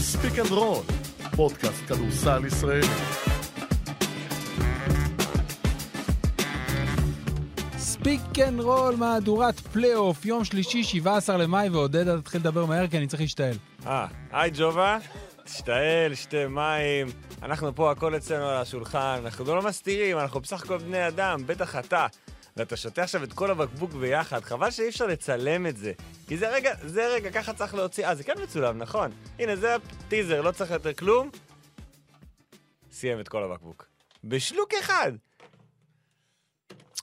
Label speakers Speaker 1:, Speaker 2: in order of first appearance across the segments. Speaker 1: ספיק אנד רול, פודקאסט כדורסל ישראלי.
Speaker 2: ספיק אנד רול, מהדורת פלייאוף, יום שלישי, 17 למאי, ועודד, אתה תתחיל לדבר מהר, כי אני צריך להשתעל.
Speaker 3: אה, היי ג'ובה, תשתעל, שתי מים. אנחנו פה, הכל אצלנו על השולחן, אנחנו לא מסתירים, אנחנו בסך הכל בני אדם, בטח אתה. ואתה שותה עכשיו את כל הבקבוק ביחד, חבל שאי אפשר לצלם את זה. כי זה רגע, זה רגע, ככה צריך להוציא, אה, זה כן מצולם, נכון. הנה, זה הטיזר, לא צריך יותר כלום. סיים את כל הבקבוק. בשלוק אחד!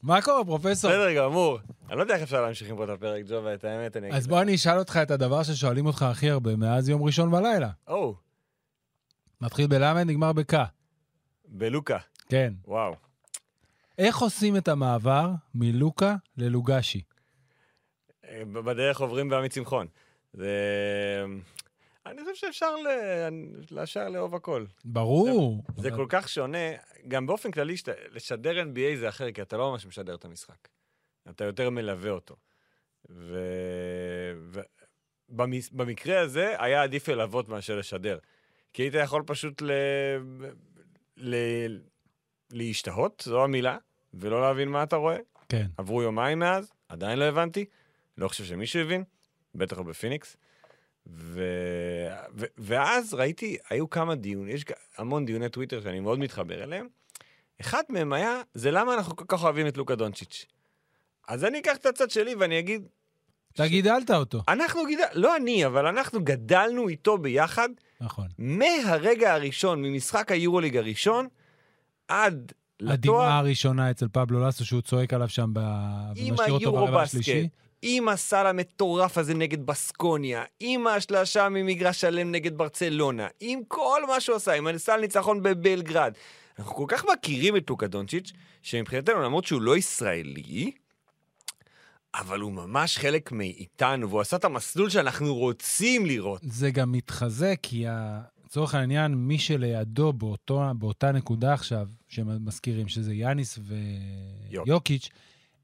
Speaker 2: מה קורה, פרופסור?
Speaker 3: בסדר גמור. אני לא יודע איך אפשר להמשיך עם פה את הפרק, ג'ובה, את האמת, אני...
Speaker 2: אז בוא אני אשאל אותך את הדבר ששואלים אותך הכי הרבה מאז יום ראשון בלילה.
Speaker 3: או,
Speaker 2: מתחיל בלמד, נגמר בק.
Speaker 3: בלוקה.
Speaker 2: כן.
Speaker 3: וואו.
Speaker 2: איך עושים את המעבר מלוקה ללוגשי?
Speaker 3: אה, ב- בדרך עוברים בעמי צמחון. זה... אני חושב שאפשר ל... להשאר לאהוב הכל.
Speaker 2: ברור.
Speaker 3: זה
Speaker 2: אבל-
Speaker 3: כל כך שונה, גם באופן כללי, שת... לשדר NBA זה אחר, כי אתה לא ממש משדר את המשחק. אתה יותר מלווה אותו. ו... ו... במס... במקרה הזה היה עדיף ללוות מאשר לשדר. כי היית יכול פשוט ל... ל... להשתהות, זו המילה, ולא להבין מה אתה רואה.
Speaker 2: כן.
Speaker 3: עברו יומיים מאז, עדיין לא הבנתי, לא חושב שמישהו הבין, בטח לא בפיניקס. ו... ו... ואז ראיתי, היו כמה דיונים, יש כ- המון דיוני טוויטר שאני מאוד מתחבר אליהם. אחד מהם היה, זה למה אנחנו כל כך אוהבים את לוקה דונצ'יץ'. אז אני אקח את הצד שלי ואני אגיד,
Speaker 2: אתה גידלת אותו.
Speaker 3: אנחנו גידלנו, לא אני, אבל אנחנו גדלנו איתו ביחד
Speaker 2: נכון.
Speaker 3: מהרגע הראשון, ממשחק היורוליג הראשון, עד לתואר.
Speaker 2: הדמעה הראשונה אצל פבלו לסו שהוא צועק עליו שם ב...
Speaker 3: עם
Speaker 2: ומשאיר אותו ברבע השלישי.
Speaker 3: היורו-בסקט, עם הסל המטורף הזה נגד בסקוניה, עם השלשה ממגרש שלם נגד ברצלונה, עם כל מה שהוא עשה, עם הסל ניצחון בבלגרד. אנחנו כל כך מכירים את לוקה דונצ'יץ', שמבחינתנו, למרות שהוא לא ישראלי, אבל הוא ממש חלק מאיתנו, והוא עשה את המסלול שאנחנו רוצים לראות.
Speaker 2: זה גם מתחזק, כי ה- לצורך העניין, מי שלידו באותו, באותה נקודה עכשיו, שמזכירים שזה יאניס
Speaker 3: יוק.
Speaker 2: ויוקיץ',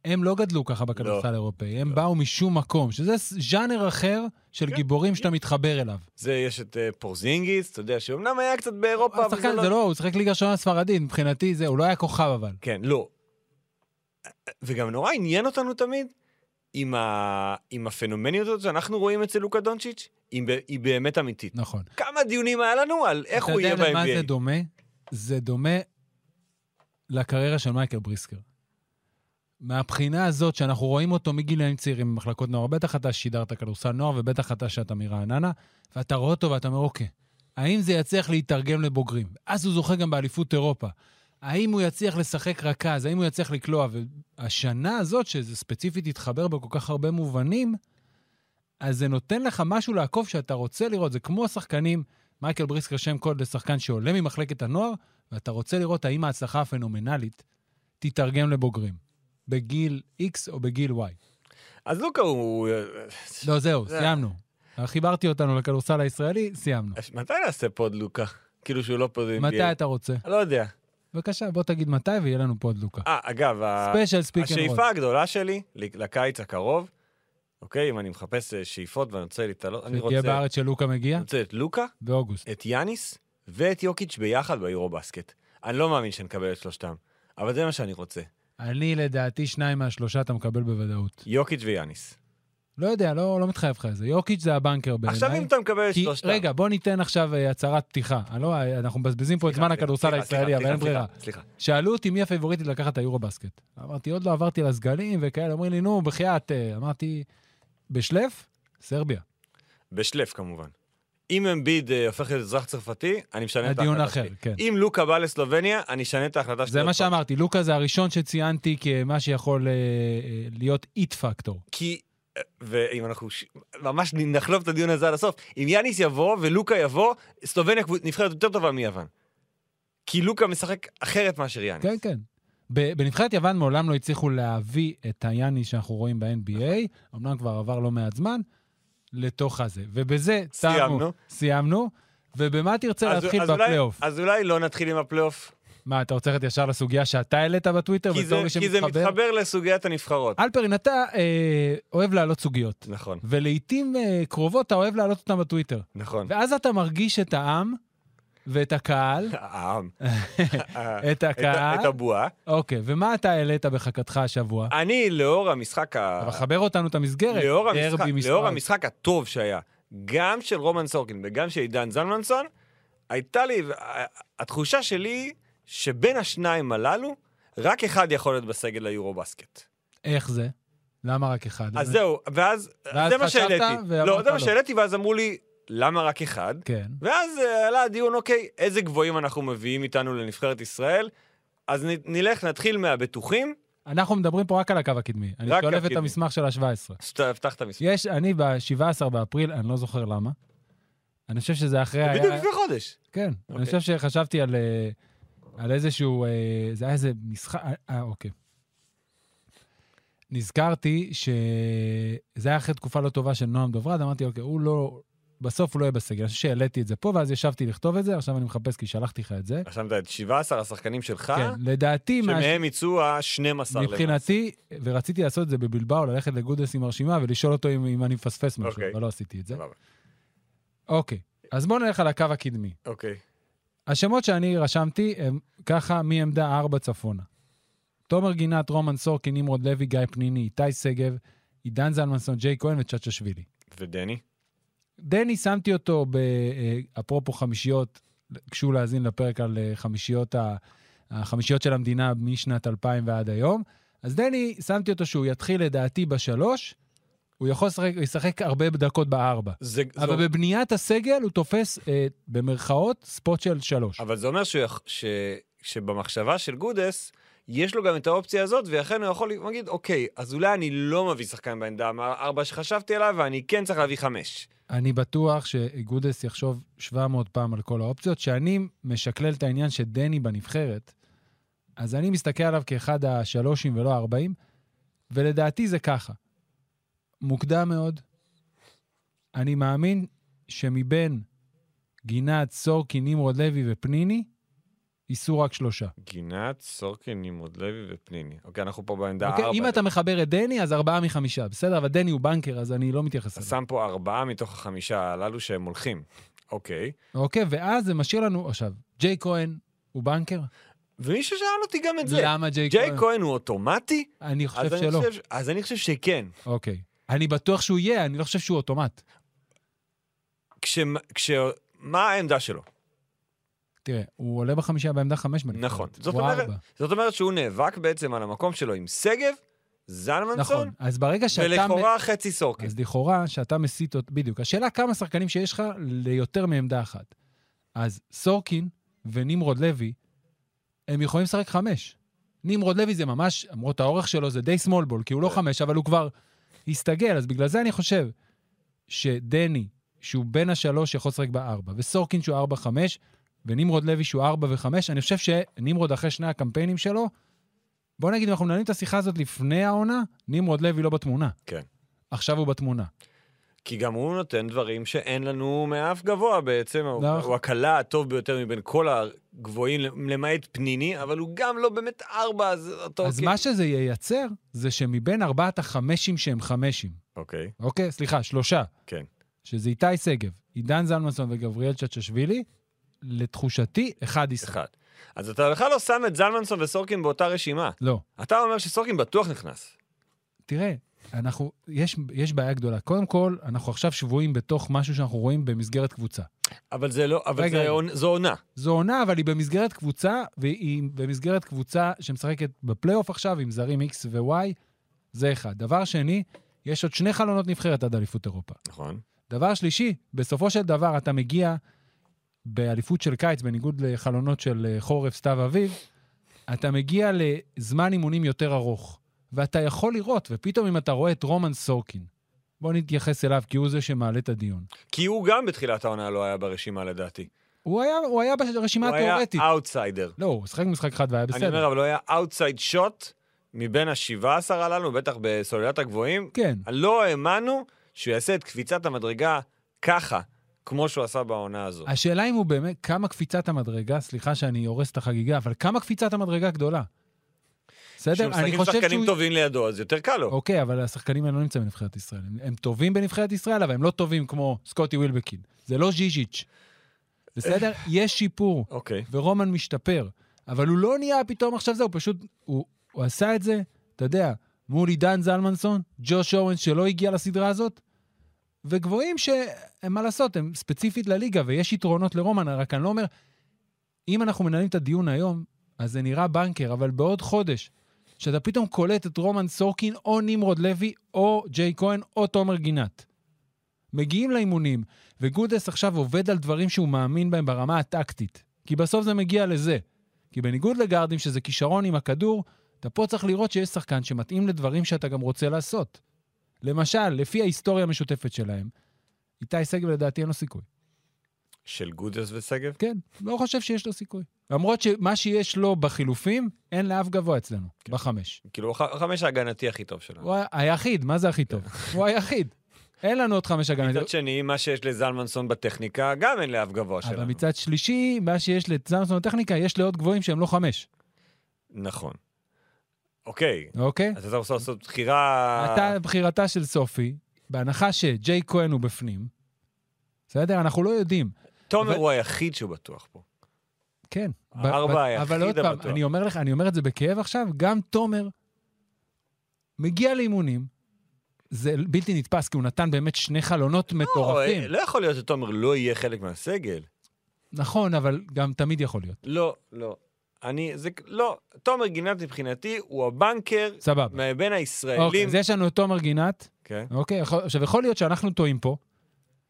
Speaker 2: הם לא גדלו ככה בכדורסל
Speaker 3: לא.
Speaker 2: האירופאי, הם
Speaker 3: לא.
Speaker 2: באו משום מקום, שזה ס- ז'אנר אחר של
Speaker 3: כן,
Speaker 2: גיבורים שאתה מתחבר אליו.
Speaker 3: זה, יש את אה, פורזינגיס, אתה יודע, שאומנם היה קצת באירופה, אבל
Speaker 2: השחקן זה לא, הוא שיחק ליגה ראשונה ספרדית, מבחינתי זה, הוא לא היה כוכב אבל.
Speaker 3: כן, לא. וגם נורא עניין אותנו תמיד עם, ה... עם הפנומניות הזאת שאנחנו רואים אצל לוקה דונצ'יץ', היא, ב... היא באמת אמיתית.
Speaker 2: נכון.
Speaker 3: כמה דיונים היה לנו על איך הוא יהיה
Speaker 2: אתה יודע למה זה
Speaker 3: ב-NBA.
Speaker 2: דומה? זה דומה לקריירה של מייקל בריסקר. מהבחינה הזאת שאנחנו רואים אותו מגילאים צעירים במחלקות נוער, בטח אתה שידרת כדורסל נוער ובטח אתה שאתה מרעננה, ואתה רואה אותו ואתה אומר, אוקיי, האם זה יצליח להתרגם לבוגרים? אז הוא זוכה גם באליפות אירופה. האם הוא יצליח לשחק רכז? האם הוא יצליח לקלוע? והשנה הזאת, שזה ספציפית התחבר בכל כך הרבה מובנים, אז זה נותן לך משהו לעקוב שאתה רוצה לראות. זה כמו השחקנים, מייקל בריסקר שם קוד לשחקן שעולה ממחלקת הנוער, ואתה רוצה לראות האם ההצלחה הפנומנלית תתרגם לבוגרים, בגיל X או בגיל Y.
Speaker 3: אז לוקה הוא... אה,
Speaker 2: לא, זהו,
Speaker 3: זה-
Speaker 2: סיימנו. אה, חיברתי אותנו לכדורסל הישראלי, סיימנו.
Speaker 3: מתי נעשה פוד לוקה? כאילו שהוא לא פוד NBA.
Speaker 2: מתי אתה רוצה?
Speaker 3: לא יודע.
Speaker 2: בבקשה, בוא תגיד מתי ויהיה לנו פה עוד לוקה.
Speaker 3: אה, אגב, ה-
Speaker 2: ספיישל ספיק אנד רול.
Speaker 3: השאיפה הגדולה שלי ל- לקיץ הקרוב, אוקיי, אם אני מחפש אה, שאיפות ואני רוצה להתעלות, אני רוצה...
Speaker 2: שתהיה בארץ שלוקה מגיע?
Speaker 3: אני רוצה את לוקה,
Speaker 2: באוגוסט.
Speaker 3: את יאניס ואת יוקיץ' ביחד ביורו-בסקט. אני לא מאמין שנקבל את שלושתם, אבל זה מה שאני רוצה.
Speaker 2: אני, לדעתי, שניים מהשלושה אתה מקבל בוודאות.
Speaker 3: יוקיץ' ויאניס.
Speaker 2: לא יודע, לא לא מתחייב לך לזה. יוקיץ' זה הבנקר בעיניי.
Speaker 3: עכשיו אם אתה מקבל את
Speaker 2: כי,
Speaker 3: שלושתם...
Speaker 2: רגע, בוא ניתן עכשיו אה, הצהרת פתיחה. אני לא, אנחנו מבזבזים פה את
Speaker 3: סליחה,
Speaker 2: זמן הכדורסל
Speaker 3: סליחה,
Speaker 2: הישראלי,
Speaker 3: סליחה,
Speaker 2: אבל אין
Speaker 3: סליחה,
Speaker 2: ברירה.
Speaker 3: סליחה.
Speaker 2: שאלו אותי מי הפייבוריטית לקחת את היורו-בסקט. אמרתי, עוד לא עברתי על הסגלים וכאלה, אומרים לי, נו, בחייאת. אה, אמרתי, בשלף? סרביה.
Speaker 3: בשלף כמובן. אם אמביד אה, הופך להיות אזרח צרפתי, אני משנה את
Speaker 2: הדיון
Speaker 3: ההחלטה
Speaker 2: אחר,
Speaker 3: שלי.
Speaker 2: כן.
Speaker 3: אם לוקה בא לסלובניה, אני אשנה את ההחלטה שלי.
Speaker 2: זה
Speaker 3: עוד
Speaker 2: מה
Speaker 3: פעם.
Speaker 2: שאמרתי, לוקה זה הראשון שציינתי כמה שיכול אה, אה, להיות איט פקטור.
Speaker 3: כי, אה, ואם אנחנו ש- ממש נחלוב את הדיון הזה עד הסוף, אם יאניס יבוא ולוקה יבוא, סלובניה קבוצ- נבחרת יותר טובה מיוון. כי לוקה משחק אחרת מאשר יאניס.
Speaker 2: כן, כן. ב- בנבחרת יוון מעולם לא הצליחו להביא את היאני שאנחנו רואים ב-NBA, אמנם כבר עבר לא מעט זמן, לתוך הזה. ובזה
Speaker 3: סיימנו.
Speaker 2: סיימנו. סיימנו. ובמה תרצה
Speaker 3: אז-
Speaker 2: להתחיל
Speaker 3: אז אולי-
Speaker 2: בפלייאוף?
Speaker 3: אז אולי לא נתחיל עם הפלייאוף.
Speaker 2: מה, אתה רוצה ללכת ישר לסוגיה שאתה העלית בטוויטר?
Speaker 3: כי זה-
Speaker 2: בתור מי
Speaker 3: כי זה
Speaker 2: שמתחבר?
Speaker 3: מתחבר לסוגיית הנבחרות.
Speaker 2: אלפרין, אתה אה, אוהב להעלות סוגיות,
Speaker 3: נכון,
Speaker 2: ולעיתים אה, קרובות אתה אוהב להעלות אותן בטוויטר.
Speaker 3: נכון.
Speaker 2: ואז אתה מרגיש את העם ואת הקהל,
Speaker 3: העם. אה,
Speaker 2: את הקהל.
Speaker 3: את הבועה.
Speaker 2: אוקיי, ומה אתה העלית בחכתך השבוע?
Speaker 3: אני, לאור המשחק ה...
Speaker 2: אבל חבר אותנו את המסגרת.
Speaker 3: לאור
Speaker 2: דרבי
Speaker 3: המשחק,
Speaker 2: מספר-
Speaker 3: לאור המשחק הטוב שהיה, גם של רומן סורקין וגם של עידן זלמנסון, הייתה לי, התחושה שלי שבין השניים הללו, רק אחד יכול להיות בסגל ליורו-בסקט.
Speaker 2: איך זה? למה רק אחד?
Speaker 3: אז זהו, ואז,
Speaker 2: אה. ואז
Speaker 3: זה מה
Speaker 2: חשבת
Speaker 3: שהעליתי.
Speaker 2: ואמרת
Speaker 3: לא, זה
Speaker 2: לא.
Speaker 3: מה שהעליתי, ואז אמרו לי, למה רק אחד?
Speaker 2: כן.
Speaker 3: ואז אה, עלה הדיון, אוקיי, איזה גבוהים אנחנו מביאים איתנו לנבחרת ישראל? אז נ- נלך, נתחיל מהבטוחים.
Speaker 2: אנחנו מדברים פה רק על הקו הקדמי. אני
Speaker 3: רק
Speaker 2: שולף את
Speaker 3: הקדמי.
Speaker 2: המסמך של ה-17.
Speaker 3: שאתה הבטחת מספר.
Speaker 2: יש, אני ב-17 באפריל, אני לא זוכר למה. אני חושב שזה אחרי... היה-
Speaker 3: בדיוק לפני חודש.
Speaker 2: כן, אני
Speaker 3: אוקיי.
Speaker 2: חושב שחשבתי על, אה, על איזשהו, אה, זה היה איזה משחק, אה, אה, אוקיי. נזכרתי שזה היה אחרי תקופה לא טובה של נועם דוברד, אמרתי, אוקיי, הוא לא, בסוף הוא לא יהיה בסגל. אני חושב שהעליתי את זה פה, ואז ישבתי לכתוב את זה, עכשיו אני מחפש כי שלחתי לך את זה.
Speaker 3: רשמת את 17 השחקנים שלך,
Speaker 2: כן, לדעתי, מה-
Speaker 3: שמהם יצאו ה-12
Speaker 2: מבחינתי, ורציתי לעשות את זה בבלבאו, ללכת לגודס עם הרשימה ולשאול אותו אם, אם אני מפספס משהו,
Speaker 3: אוקיי.
Speaker 2: אבל לא עשיתי את זה.
Speaker 3: סבבה.
Speaker 2: אוקיי, אז בואו נלך על הקו הקדמי.
Speaker 3: אוקיי.
Speaker 2: השמות שאני רשמתי הם ככה מעמדה 4 צפונה. תומר גינת, רומן סורקין, נמרוד לוי, גיא פניני, איתי שגב, עידן זלמנסון, ג'יי כהן וצ'צ'שווילי.
Speaker 3: ודני?
Speaker 2: דני, שמתי אותו, ב- אה, אפרופו חמישיות, ביקשו להאזין לפרק על אה, חמישיות, ה- החמישיות של המדינה משנת 2000 ועד היום. אז דני, שמתי אותו שהוא יתחיל לדעתי בשלוש, הוא יכול לשחק, לשחק הרבה דקות בארבע.
Speaker 3: זה,
Speaker 2: אבל
Speaker 3: זה,
Speaker 2: בבניית הסגל הוא תופס, אה, במרכאות, ספוט של שלוש.
Speaker 3: אבל זה אומר שהוא, יכ- ש, שבמחשבה של גודס, יש לו גם את האופציה הזאת, ואכן הוא יכול להגיד, אוקיי, אז אולי אני לא מביא שחקן בעמדה ארבע שחשבתי עליו, ואני כן צריך להביא חמש.
Speaker 2: אני בטוח שגודס יחשוב 700 פעם על כל האופציות. שאני משקלל את העניין שדני בנבחרת, אז אני מסתכל עליו כאחד השלושים ולא הארבעים, ולדעתי זה ככה. מוקדם מאוד. אני מאמין שמבין גינת, סורקין, נמרוד לוי ופניני, ייסעו רק שלושה.
Speaker 3: גינת, סורקין, נמרוד לוי ופניני. אוקיי, אנחנו פה בעמדה
Speaker 2: אוקיי?
Speaker 3: ארבע.
Speaker 2: אם אתה מחבר את דני, אז ארבעה מחמישה, בסדר? אבל דני הוא בנקר, אז אני לא מתייחס
Speaker 3: אתה
Speaker 2: אליו.
Speaker 3: שם פה ארבעה מתוך החמישה הללו שהם הולכים. אוקיי.
Speaker 2: אוקיי? ואז זה משאיר לנו, עכשיו, ג'יי כהן הוא בנקר?
Speaker 3: ומישהו שאל אותי גם את זה.
Speaker 2: למה ג'יי
Speaker 3: ג'יי
Speaker 2: כהן?
Speaker 3: כהן הוא אוטומטי?
Speaker 2: אני
Speaker 3: אז
Speaker 2: חושב
Speaker 3: אני
Speaker 2: שלא.
Speaker 3: חושב- אז אני חושב שכן.
Speaker 2: אוקיי. אני בטוח שהוא יהיה, אני לא חושב שהוא אוטומט.
Speaker 3: כש... כש... מה העמדה שלו?
Speaker 2: תראה, הוא עולה בחמישה בעמדה חמש בנבחרת.
Speaker 3: נכון. זאת
Speaker 2: הוא
Speaker 3: אומרת-
Speaker 2: ארבע.
Speaker 3: זאת אומרת שהוא נאבק בעצם על המקום שלו עם שגב, זלמנסון,
Speaker 2: נכון. אז ברגע שאתה...
Speaker 3: ולכאורה חצי סורקין.
Speaker 2: אז לכאורה, שאתה מסית... אות- בדיוק. השאלה כמה שחקנים שיש לך ליותר מעמדה אחת. אז סורקין ונמרוד לוי, הם יכולים לשחק חמש. נמרוד לוי זה ממש, למרות האורך שלו, זה די small ball, כי הוא לא
Speaker 3: כן.
Speaker 2: חמש, אבל הוא כבר הסתגל. אז בגלל זה אני חושב שדני, שהוא בין השלוש, יכול לשחק בארבע, וסורקין שהוא ארבע חמש, ונמרוד לוי שהוא ארבע וחמש. אני חושב שנמרוד אחרי שני הקמפיינים שלו, בוא נגיד, אם אנחנו מנהלים את השיחה הזאת לפני העונה, נמרוד לוי לא בתמונה.
Speaker 3: כן.
Speaker 2: עכשיו הוא בתמונה.
Speaker 3: כי גם הוא נותן דברים שאין לנו מאף גבוה בעצם. הוא-
Speaker 2: נכון.
Speaker 3: הוא הקלה הטוב ביותר מבין כל הגבוהים, למעט פניני, אבל הוא גם לא באמת ארבע, אז אתה...
Speaker 2: אז
Speaker 3: אוקיי.
Speaker 2: מה שזה ייצר, זה שמבין ארבעת החמשים שהם חמשים,
Speaker 3: אוקיי,
Speaker 2: אוקיי? סליחה, שלושה.
Speaker 3: כן.
Speaker 2: שזה איתי שגב, עידן זלמנסון וגבריאל צ'צ'שווילי, לתחושתי, אחד ישחק.
Speaker 3: אחד. אז אתה בכלל לא שם את זלמנסון וסורקין באותה רשימה.
Speaker 2: לא.
Speaker 3: אתה אומר שסורקין בטוח נכנס.
Speaker 2: תראה, אנחנו, יש, יש בעיה גדולה. קודם כל, אנחנו עכשיו שבויים בתוך משהו שאנחנו רואים במסגרת קבוצה.
Speaker 3: אבל זה לא, אבל
Speaker 2: רגע,
Speaker 3: זה
Speaker 2: רגע.
Speaker 3: עונ- זו עונה.
Speaker 2: זו עונה, אבל היא במסגרת קבוצה, והיא במסגרת קבוצה שמשחקת בפלייאוף עכשיו עם זרים X ו-Y, זה אחד. דבר שני, יש עוד שני חלונות נבחרת עד אליפות אירופה.
Speaker 3: נכון.
Speaker 2: דבר שלישי, בסופו של דבר אתה מגיע באליפות של קיץ, בניגוד לחלונות של אה, חורף, סתיו, אביב, אתה מגיע לזמן אימונים יותר ארוך, ואתה יכול לראות, ופתאום אם אתה רואה את רומן סורקין, בוא נתייחס אליו, כי הוא זה שמעלה את הדיון.
Speaker 3: כי הוא גם בתחילת העונה לא היה ברשימה לדעתי.
Speaker 2: הוא היה, הוא היה ברשימה
Speaker 3: הוא היה
Speaker 2: התיאורטית.
Speaker 3: אאוטסיידר.
Speaker 2: לא, הוא שיחק משחק אחד והיה
Speaker 3: אני
Speaker 2: בסדר.
Speaker 3: אומר, אבל הוא היה אאוטסייד שוט מבין ה-17 הללו, בטח בסוללת הגבוהים.
Speaker 2: כן,
Speaker 3: לא האמנו שהוא יעשה את קפיצת המדרגה ככה, כמו שהוא עשה בעונה הזו.
Speaker 2: השאלה אם הוא באמת, כמה קפיצת המדרגה, סליחה שאני הורס את החגיגה, אבל כמה קפיצת המדרגה גדולה? בסדר?
Speaker 3: כשהוא משחק
Speaker 2: לא אני
Speaker 3: עם
Speaker 2: חושב
Speaker 3: שחקנים
Speaker 2: שהוא...
Speaker 3: טובים לידו, אז יותר קל לו.
Speaker 2: אוקיי, אבל השחקנים האלה לא נמצאים בנבחרת ישראל. הם- הם טובים בנבחרת ישראל, אבל הם לא טובים כמו סקוטי ווילבקין. זה לא ז'יז'יץ'. בסדר? יש שיפור,
Speaker 3: אוקיי.
Speaker 2: ורומן משתפר, אבל הוא לא נהיה פתאום עכשיו זה, הוא פשוט, הוא, הוא עשה את זה, אתה יודע, מול עידן זלמנסון, ג'וש אורן שלא הגיע לסדרה הזאת, וגבוהים שהם, מה לעשות, הם ספציפית לליגה, ויש יתרונות לרומן, רק אני לא אומר, אם אנחנו מנהלים את הדיון היום, אז זה נראה בנקר, אבל בעוד חודש, שאתה פתאום קולט את רומן סורקין, או נמרוד לוי, או ג'יי כהן, או תומר גינת. מגיעים לאימונים, וגודס עכשיו עובד על דברים שהוא מאמין בהם ברמה הטקטית. כי בסוף זה מגיע לזה. כי בניגוד לגארדים, שזה כישרון עם הכדור, אתה פה צריך לראות שיש שחקן שמתאים לדברים שאתה גם רוצה לעשות. למשל, לפי ההיסטוריה המשותפת שלהם, איתי שגב לדעתי אין לו סיכוי.
Speaker 3: של גודס ושגב?
Speaker 2: כן, לא חושב שיש לו סיכוי. למרות שמה שיש לו בחילופים, אין לאף גבוה אצלנו,
Speaker 3: כן. נכון.
Speaker 2: בחמש.
Speaker 3: כאילו, ח- חמש ההגנתי הכי טוב שלנו.
Speaker 2: הוא ה- היחיד, מה זה הכי טוב? הוא היחיד. אין לנו עוד חמש הגנתיות.
Speaker 3: מצד שני, מה שיש לזלמנסון בטכניקה, גם אין לאף גבוה
Speaker 2: לא- אבל
Speaker 3: שלנו.
Speaker 2: מצד שלישי, מה שיש לזמסון בטכניקה, יש לעוד גבוהים שהם לא חמש,
Speaker 3: נכון. אוקיי,
Speaker 2: אוקיי?
Speaker 3: אז אתה רוצה לעשות בחירה...
Speaker 2: אתה, בחירתה של סופי, בהנחה שג'יי כהן הוא בפנים, בסדר? אנחנו לא יודעים.
Speaker 3: תומר
Speaker 2: אבל-
Speaker 3: הוא היחיד שהוא בטוח פה.
Speaker 2: כן. ב-
Speaker 3: הארבע
Speaker 2: ב-
Speaker 3: היחיד
Speaker 2: אבל עוד פעם,
Speaker 3: הבטוח.
Speaker 2: אני אומר לך, אני אומר את זה בכאב עכשיו, גם תומר מגיע לאימונים, זה בלתי נתפס, כי הוא נתן באמת שני חלונות מטורפים.
Speaker 3: לא, לא יכול להיות שתומר לא יהיה חלק מהסגל.
Speaker 2: נכון, אבל גם תמיד יכול להיות.
Speaker 3: לא, לא. אני, זה, לא. תומר גינת מבחינתי הוא הבנקר
Speaker 2: סבבה.
Speaker 3: מבין הישראלים.
Speaker 2: אוקיי, אז יש לנו את תומר גינת,
Speaker 3: כן,
Speaker 2: אוקיי? יכול- עכשיו, יכול להיות שאנחנו טועים פה,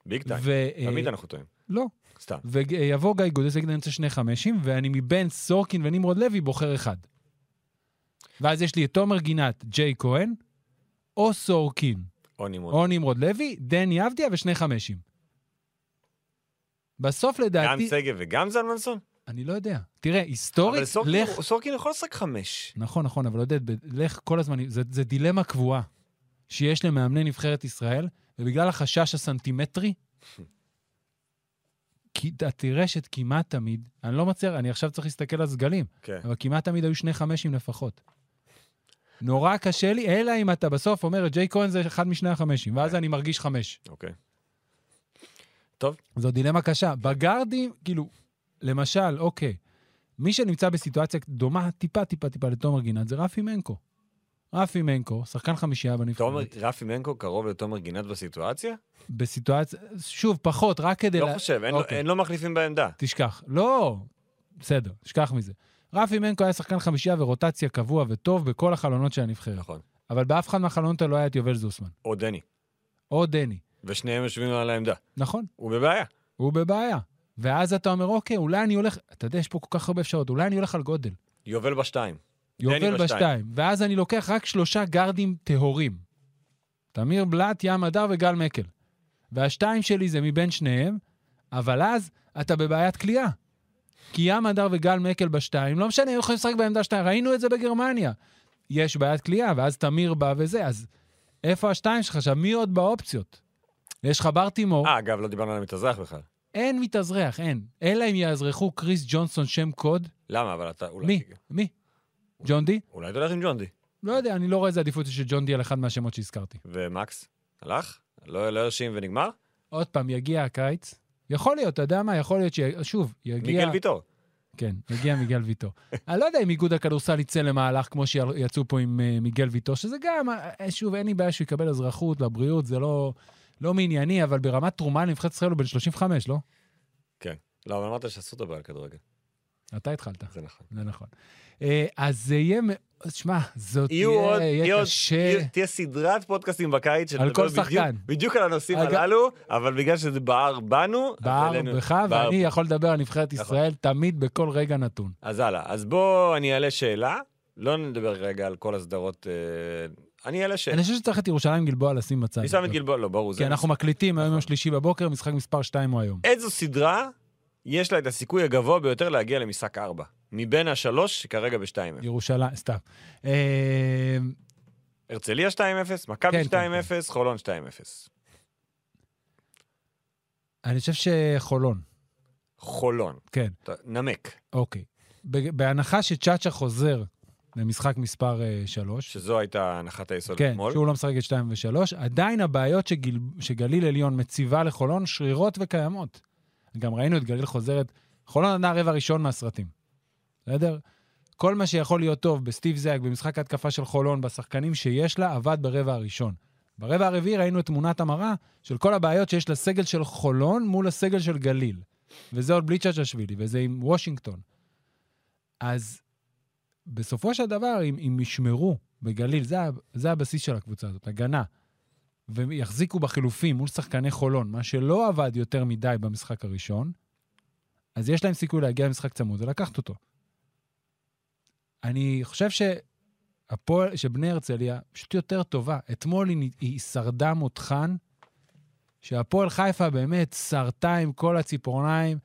Speaker 3: ביג טיים.
Speaker 2: ו...
Speaker 3: תמיד אנחנו טועים.
Speaker 2: לא.
Speaker 3: סתם.
Speaker 2: ויבוא גיא גודס ויגיד, אני רוצה שני חמשים, ואני מבין סורקין ונמרוד לוי בוחר אחד. ואז יש לי את תומר גינת, ג'יי כהן, או סורקין,
Speaker 3: או נמרוד.
Speaker 2: או נמרוד לוי, דני אבדיה ושני חמשים. בסוף
Speaker 3: גם
Speaker 2: לדעתי,
Speaker 3: שגב וגם זלמנסון?
Speaker 2: אני לא יודע. תראה,
Speaker 3: אבל
Speaker 2: היסטורית,
Speaker 3: סורקין-
Speaker 2: לך...
Speaker 3: סורקין יכול לשחק חמש.
Speaker 2: נכון, נכון, אבל עודד, ב- לך כל הזמן, זה, זה דילמה קבועה שיש למאמני נבחרת ישראל, ובגלל החשש הסנטימטרי, כי אתה תראה שכמעט תמיד, אני לא מצליח, אני עכשיו צריך להסתכל על סגלים,
Speaker 3: כן.
Speaker 2: אבל כמעט תמיד היו שני חמשים לפחות. נורא קשה לי, אלא אם אתה בסוף אומר, ג'יי כהן זה אחד משני החמשים, ואז אני מרגיש חמש.
Speaker 3: אוקיי.
Speaker 2: זו דילמה קשה. בגארדים, כאילו, למשל, אוקיי, מי שנמצא בסיטואציה דומה טיפה טיפה טיפה לתומר גינת זה רפי מנקו. רפי מנקו, שחקן חמישייה
Speaker 3: תומר,
Speaker 2: בנבחרת.
Speaker 3: רפי מנקו קרוב לתומר גינת בסיטואציה?
Speaker 2: בסיטואציה, שוב, פחות, רק כדי...
Speaker 3: לא
Speaker 2: לה-
Speaker 3: חושב, אין לו-
Speaker 2: אוקיי.
Speaker 3: אין לו מחליפים בעמדה.
Speaker 2: תשכח. לא, בסדר, תשכח מזה. רפי מנקו היה שחקן חמישייה ורוטציה קבוע וטוב בכל החלונות של הנבחרת.
Speaker 3: נכון.
Speaker 2: אבל באף אחד מהחלונות האלה לא היה את יובל זוסמן,
Speaker 3: או דני.
Speaker 2: או דני.
Speaker 3: ושניהם יושבים על העמדה.
Speaker 2: נכון,
Speaker 3: הוא בבעיה.
Speaker 2: הוא בבעיה. ואז אתה אומר, אוקיי, אולי אני הולך... אתה יודע, יש פה כל כך הרבה אפשרויות, אולי אני הולך על גודל.
Speaker 3: יובל בשתיים.
Speaker 2: אוקיי.
Speaker 3: דני
Speaker 2: יובל
Speaker 3: בשתיים.
Speaker 2: בשתיים. ואז אני לוקח רק שלושה גארדים טהורים. תמיר בלאט, ים הדר וגל מקל. והשתיים שלי זה מבין שניהם, אבל אז אתה בבעיית כליאה. כי ים הדר וגל מקל בשתיים, לא משנה, הם יכולים לשחק בעמדה שתיים, ראינו את זה בגרמניה. יש בעיית כליאה, ואז תמיר בא וזה, אז איפה השתיים שלך? עכשיו, מי עוד באופציות? יש לך בר תימור,
Speaker 3: אה, אגב, לא דיברנו על המתאזרח בכלל.
Speaker 2: אין מתאזרח, אין. אלא אם יאזרחו קריס ג'ונסון שם קוד.
Speaker 3: למה? אבל אתה אולי...
Speaker 2: מי? מי? ג'ון די?
Speaker 3: אולי אתה הולך עם ג'ונדי.
Speaker 2: לא יודע, אני לא רואה איזה עדיפות של ג'ון די על אחד מהשמות שהזכרתי.
Speaker 3: ומקס? הלך? לא לא הרשים ונגמר?
Speaker 2: עוד פעם, יגיע הקיץ. יכול להיות, אתה יודע מה? יכול להיות ש... שוב, יגיע...
Speaker 3: מיגל ויטור.
Speaker 2: כן, יגיע מיגל ויטו. אני לא יודע אם איגוד הכדורסל יצא למהלך כמו שיצאו פה עם אה, מיגל ויטו, שזה גם, אה, שוב, אין לי בעיה שהוא יקבל אזרחות לבריאות, זה לא, לא מענייני, אבל ברמת תרומה לנבחרת ישראל הוא בן 35, לא?
Speaker 3: לא, אבל אמרת שעשו את הבעיה על כדורגל.
Speaker 2: אתה התחלת,
Speaker 3: זה נכון.
Speaker 2: זה נכון. אה, אז זה יהיה... מ- שמע, זאת תהיה
Speaker 3: יהיו עוד, יהיה
Speaker 2: יהיה
Speaker 3: עוד,
Speaker 2: קשה.
Speaker 3: יהיו- תהיה סדרת פודקאסטים בקיץ
Speaker 2: אה. על כל
Speaker 3: בדיוק-
Speaker 2: שחקן.
Speaker 3: בדיוק על הנושאים
Speaker 2: אגב-
Speaker 3: הללו, אבל בגלל שזה בער בנו, אז
Speaker 2: בער
Speaker 3: העלינו-
Speaker 2: בך,
Speaker 3: בער
Speaker 2: ואני יכול לדבר על נבחרת
Speaker 3: נכון.
Speaker 2: ישראל תמיד, בכל רגע נתון.
Speaker 3: אז הלאה. אז בוא אני אעלה שאלה, לא נדבר רגע על כל הסדרות, אה, אני אעלה שאלה.
Speaker 2: אני חושב שצריך את ירושלים גלבוע לשים בצד.
Speaker 3: אני שם את גלבוע, לא, ברור. זה
Speaker 2: כי אנחנו מקליטים היום יום
Speaker 3: נכון.
Speaker 2: שלישי בבוקר, משחק מספר 2 הוא היום.
Speaker 3: איזו סדרה יש לה את הסיכוי הגבוה ביותר להגיע למשחק 4? מבין השלוש שכרגע ב-2-0.
Speaker 2: ירושלים, סתם. אה,
Speaker 3: הרצליה 2-0, מכבי
Speaker 2: כן, כן,
Speaker 3: 2-0, חולון 2-0.
Speaker 2: אני חושב שחולון,
Speaker 3: חולון.
Speaker 2: כן,
Speaker 3: ת- נמק,
Speaker 2: אוקיי. ב- בהנחה שצ'אצ'ה חוזר למשחק מספר אה, 3,
Speaker 3: שזו הייתה הנחת היסוד
Speaker 2: כן,
Speaker 3: אתמול.
Speaker 2: שהוא לא משחק את 2 ו-3, עדיין הבעיות שגיל, שגליל עליון מציבה לחולון שרירות וקיימות. גם ראינו את גליל חוזרת, חולון ענה הרבע הראשון מהסרטים, בסדר? כל מה שיכול להיות טוב בסטיב זאג, במשחק ההתקפה של חולון, בשחקנים שיש לה, עבד ברבע הראשון. ברבע הרביעי ראינו את תמונת המראה של כל הבעיות שיש לסגל של חולון מול הסגל של גליל. וזה עוד בלי צ'צ'שווילי, וזה עם וושינגטון. אז בסופו של דבר, אם, אם ישמרו בגליל, זה, ה- זה הבסיס של הקבוצה הזאת, הגנה, ויחזיקו בחילופים מול שחקני חולון, מה שלא עבד יותר מדי במשחק הראשון, אז יש להם סיכוי להגיע למשחק צמוד ולקחת אותו. אני חושב שהפועל, שבני הרצליה פשוט יותר טובה. אתמול היא, נ- היא שרדה מותחן, שהפועל חיפה באמת שרתה עם כל הציפורניים.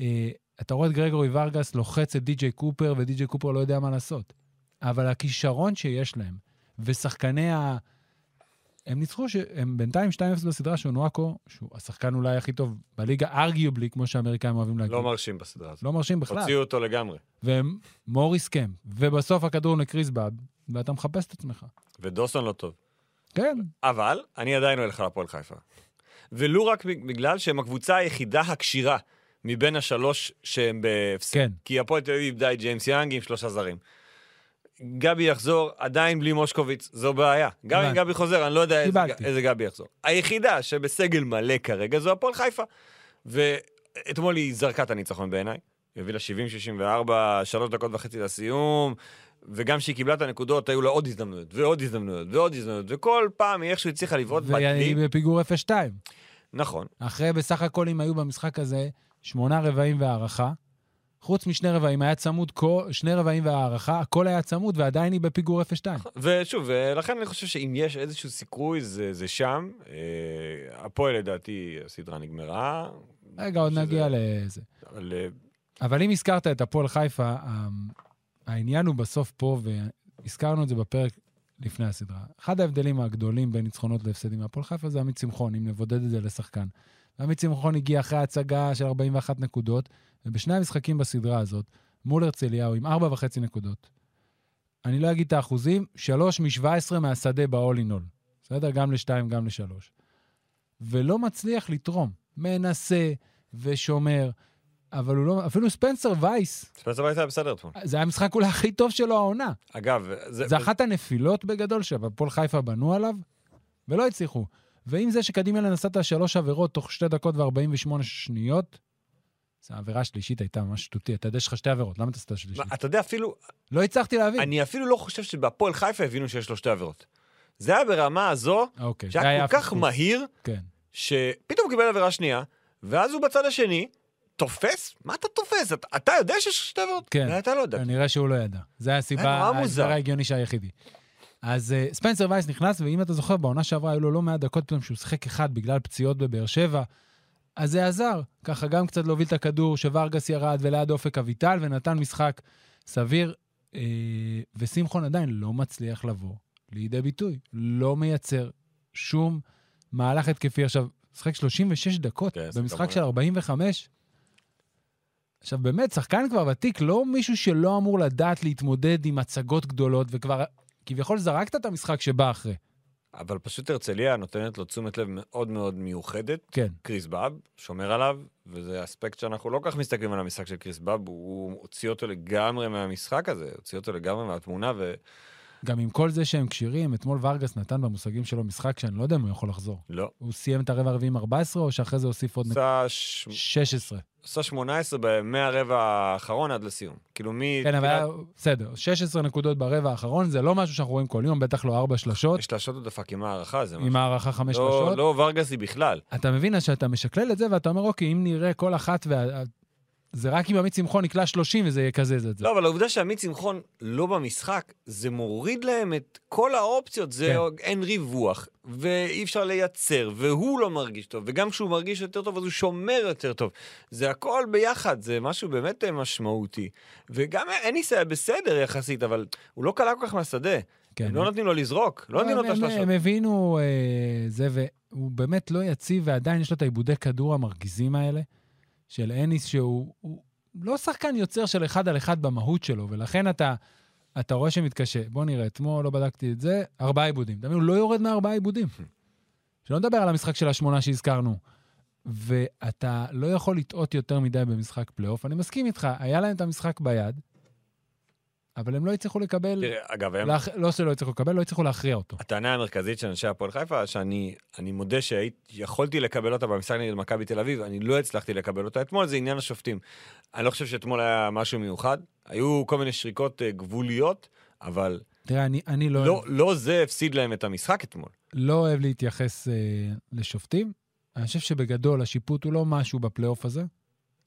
Speaker 2: אה, אתה רואה את גרגורי ורגס לוחץ את די.ג'יי קופר, ודי.ג'יי קופר לא יודע מה לעשות. אבל הכישרון שיש להם, ושחקני ה... הם ניצחו, ש... הם בינתיים 2-0 בסדרה של נואקו, שהוא השחקן אולי הכי טוב בליגה, ארגיובלי, כמו שהאמריקאים אוהבים להגיד.
Speaker 3: לא מרשים בסדרה הזאת.
Speaker 2: לא מרשים בכלל.
Speaker 3: הוציאו אותו לגמרי.
Speaker 2: ומוריס קמפ, ובסוף הכדור לקריסבאב, ואתה מחפש את עצמך.
Speaker 3: ודוסון לא טוב.
Speaker 2: כן,
Speaker 3: אבל אני עדיין הולך על הפועל חיפה. ולו רק בגלל שהם הקבוצה היחידה הכשירה מבין השלוש שהם בהפסד.
Speaker 2: כן.
Speaker 3: כי הפועל תל אביב איבדה את ג'יימס יאנג עם שלושה זרים. גבי יחזור, עדיין בלי מושקוביץ, זו בעיה. גם אם
Speaker 2: הבנתי.
Speaker 3: גבי חוזר, אני לא יודע איזה,
Speaker 2: קיבלתי.
Speaker 3: איזה גבי יחזור. היחידה שבסגל מלא כרגע זו הפועל חיפה. ואתמול היא זרקה את הניצחון בעיניי. היא הובילה 70-64, שלוש דקות וחצי לסיום, וגם כשהיא קיבלה את הנקודות, היו לה עוד הזדמנויות, ועוד הזדמנויות, ועוד הזדמנויות, וכל פעם היא איכשהו הצליחה לבעוט
Speaker 2: והיא
Speaker 3: בתים.
Speaker 2: בפיגור 0-2.
Speaker 3: נכון,
Speaker 2: אחרי, בסך הכל, אם היו במשחק הזה שמונה רבעים והערכה, חוץ משני רבעים, היה צמוד, כל- שני רבעים והערכה, הכל היה צמוד, ועדיין היא בפיגור 0-2.
Speaker 3: נכון. ושוב, ולכן אני חושב שאם יש איזשהו סיכוי, זה, זה שם. אה, הפועל, לדעתי, הסדרה נגמרה.
Speaker 2: רגע, עוד
Speaker 3: שזה-
Speaker 2: נגיע לזה.
Speaker 3: אבל אה,
Speaker 2: אבל אם הזכרת את הפועל חיפה, ה- העניין הוא בסוף פה, והזכרנו את זה בפרק לפני הסדרה. אחד ההבדלים הגדולים בין ניצחונות להפסדים מהפועל חיפה זה עמית שמחון, אם נבודד את זה לשחקן. עמית שמחון הגיע אחרי הצגה של 41 נקודות, ובשני המשחקים בסדרה הזאת, מול הרצליהו עם 4.5 נקודות. אני לא אגיד את האחוזים, 3 מ-17 מהשדה ב-all in all. בסדר? גם ל-2, גם ל-3. ולא מצליח לתרום. מנסה ושומר, אבל הוא לא... אפילו ספנסר וייס,
Speaker 3: ספנסר וייס היה בסדר אתמול.
Speaker 2: זה היה המשחק אולי הכי טוב שלו העונה.
Speaker 3: אגב, זה...
Speaker 2: זה אחת הנפילות בגדול שהפועל חיפה בנו עליו, ולא הצליחו. ועם זה שקדימה לנסעת שלוש עבירות תוך שתי דקות ו-48 שניות, זו העבירה השלישית הייתה ממש שטותי. אתה יודע שיש לך שתי עבירות, למה אתה עשית
Speaker 3: מה,
Speaker 2: שלישית?
Speaker 3: אתה יודע, אפילו,
Speaker 2: לא הצלחתי להבין.
Speaker 3: אני אפילו לא חושב שבהפועל חיפה הבינו שיש לו שתי עבירות. זה היה ברמה הזו,
Speaker 2: אוקיי, זה
Speaker 3: שהיה
Speaker 2: היה
Speaker 3: כל כך
Speaker 2: הפספוס.
Speaker 3: מהיר,
Speaker 2: כן.
Speaker 3: שפתאום הוא קיבל עבירה שנייה, ואז הוא בצד השני, תופס? מה אתה תופס? אתה, אתה יודע שיש לך שתי עבירות?
Speaker 2: כן.
Speaker 3: אתה לא יודע.
Speaker 2: כנראה שהוא לא ידע. זו
Speaker 3: היה נורא
Speaker 2: הסיבה,
Speaker 3: מוזר.
Speaker 2: ההסבר ההגיוני שהיחידי. אז אה, ספנסר וייס נכנס, ואם אתה זוכר, בעונה שעברה היו לו לא מעט דקות פתאום שהוא שיחק אחד בגלל פציעות בבאר שבע, אז זה עזר. ככה גם קצת להוביל את הכדור, שוורגס ירד וליד אופק אביטל, ונתן משחק סביר. אה, ושמחון עדיין לא מצליח לבוא לידי ביטוי. לא מייצר שום מהלך התקפי. עכשיו, משחק 36 דקות
Speaker 3: כן, זה
Speaker 2: במשחק
Speaker 3: כמובן.
Speaker 2: של 45. עכשיו, באמת, שחקן כבר ותיק, לא מישהו שלא אמור לדעת להתמודד עם הצגות גדולות, וכבר כביכול זרקת את המשחק שבא אחרי.
Speaker 3: אבל פשוט הרצליה נותנת לו תשומת לב מאוד מאוד מיוחדת.
Speaker 2: כן.
Speaker 3: קריס באב שומר עליו, וזה אספקט שאנחנו לא כל כך מסתכלים על המשחק של קריס באב, הוא הוציא אותו לגמרי מהמשחק הזה, הוציא אותו לגמרי מהתמונה, ולא.
Speaker 2: גם עם כל זה שהם כשירים, אתמול ורגס נתן במושגים שלו משחק שאני לא יודע אם הוא יכול לחזור. הוא סיים את הרבע הרביעי עם 14, או שאחרי זה הוסיף עוד... נק-
Speaker 3: עשה ש-
Speaker 2: 16.
Speaker 3: עשה 18 ב- מהרבע האחרון עד לסיום. כאילו מי...
Speaker 2: כן, אבל היה- בסדר, 16 נקודות ברבע האחרון, זה לא משהו שאנחנו רואים כל יום, בטח לא ארבע שלשות,
Speaker 3: שלשות הוא דפק עם הערכה, זה
Speaker 2: עם הערכה חמש
Speaker 3: לא,
Speaker 2: שלשות.
Speaker 3: לא ורגסי בכלל.
Speaker 2: אתה מבין אז שאתה משקלל את זה, ואתה אומר, אוקיי, אם נראה כל אחת, וה- זה רק אם עמית שמחון יקלע 30 וזה יקזז את זה.
Speaker 3: לא, אבל העובדה שעמית שמחון לא במשחק, זה מוריד להם את כל האופציות, זה
Speaker 2: כן.
Speaker 3: אין ריווח, ואי אפשר לייצר, והוא לא מרגיש טוב, וגם כשהוא מרגיש יותר טוב, אז הוא שומר יותר טוב. זה הכל ביחד, זה משהו באמת אה, משמעותי. וגם אניס היה בסדר יחסית, אבל הוא לא קלע כל כך מהשדה.
Speaker 2: כן.
Speaker 3: הם לא נותנים לו לזרוק, לא נותנים לו את
Speaker 2: הם- הם-
Speaker 3: השלושות.
Speaker 2: הם הבינו אה, זה, והוא באמת לא יציב, ועדיין יש לו את העיבודי כדור המרגיזים האלה, של אניס, שהוא הוא לא שחקן יוצר של אחד על אחד במהות שלו, ולכן אתה, אתה רואה שמתקשה. בוא נראה, אתמול לא בדקתי את זה, ארבעה עיבודים. אתה מבין, הוא לא יורד מארבעה עיבודים.
Speaker 3: Hmm.
Speaker 2: שלא נדבר על המשחק של השמונה שהזכרנו. ואתה לא יכול לטעות יותר מדי במשחק פלייאוף. אני מסכים איתך, היה להם את המשחק ביד, אבל הם לא הצליחו לקבל...
Speaker 3: תראה, אגב, הם-
Speaker 2: לאח... לא שלא הצליחו לקבל, לא הצליחו להכריע אותו.
Speaker 3: הטענה המרכזית של אנשי הפועל חיפה, שאני אני מודה שיכולתי לקבל אותה במשחק נגד מכבי תל אביב, אני לא הצלחתי לקבל אותה אתמול, זה עניין השופטים. אני לא חושב שאתמול היה משהו מיוחד, היו כל מיני שריקות אה, גבוליות, אבל
Speaker 2: תראה, אני, אני לא,
Speaker 3: לא,
Speaker 2: לא...
Speaker 3: לא זה הפסיד להם את המשחק אתמול.
Speaker 2: לא אוהב להתייחס אה, לשופטים. אני חושב שבגדול השיפוט הוא לא משהו בפלייאוף הזה.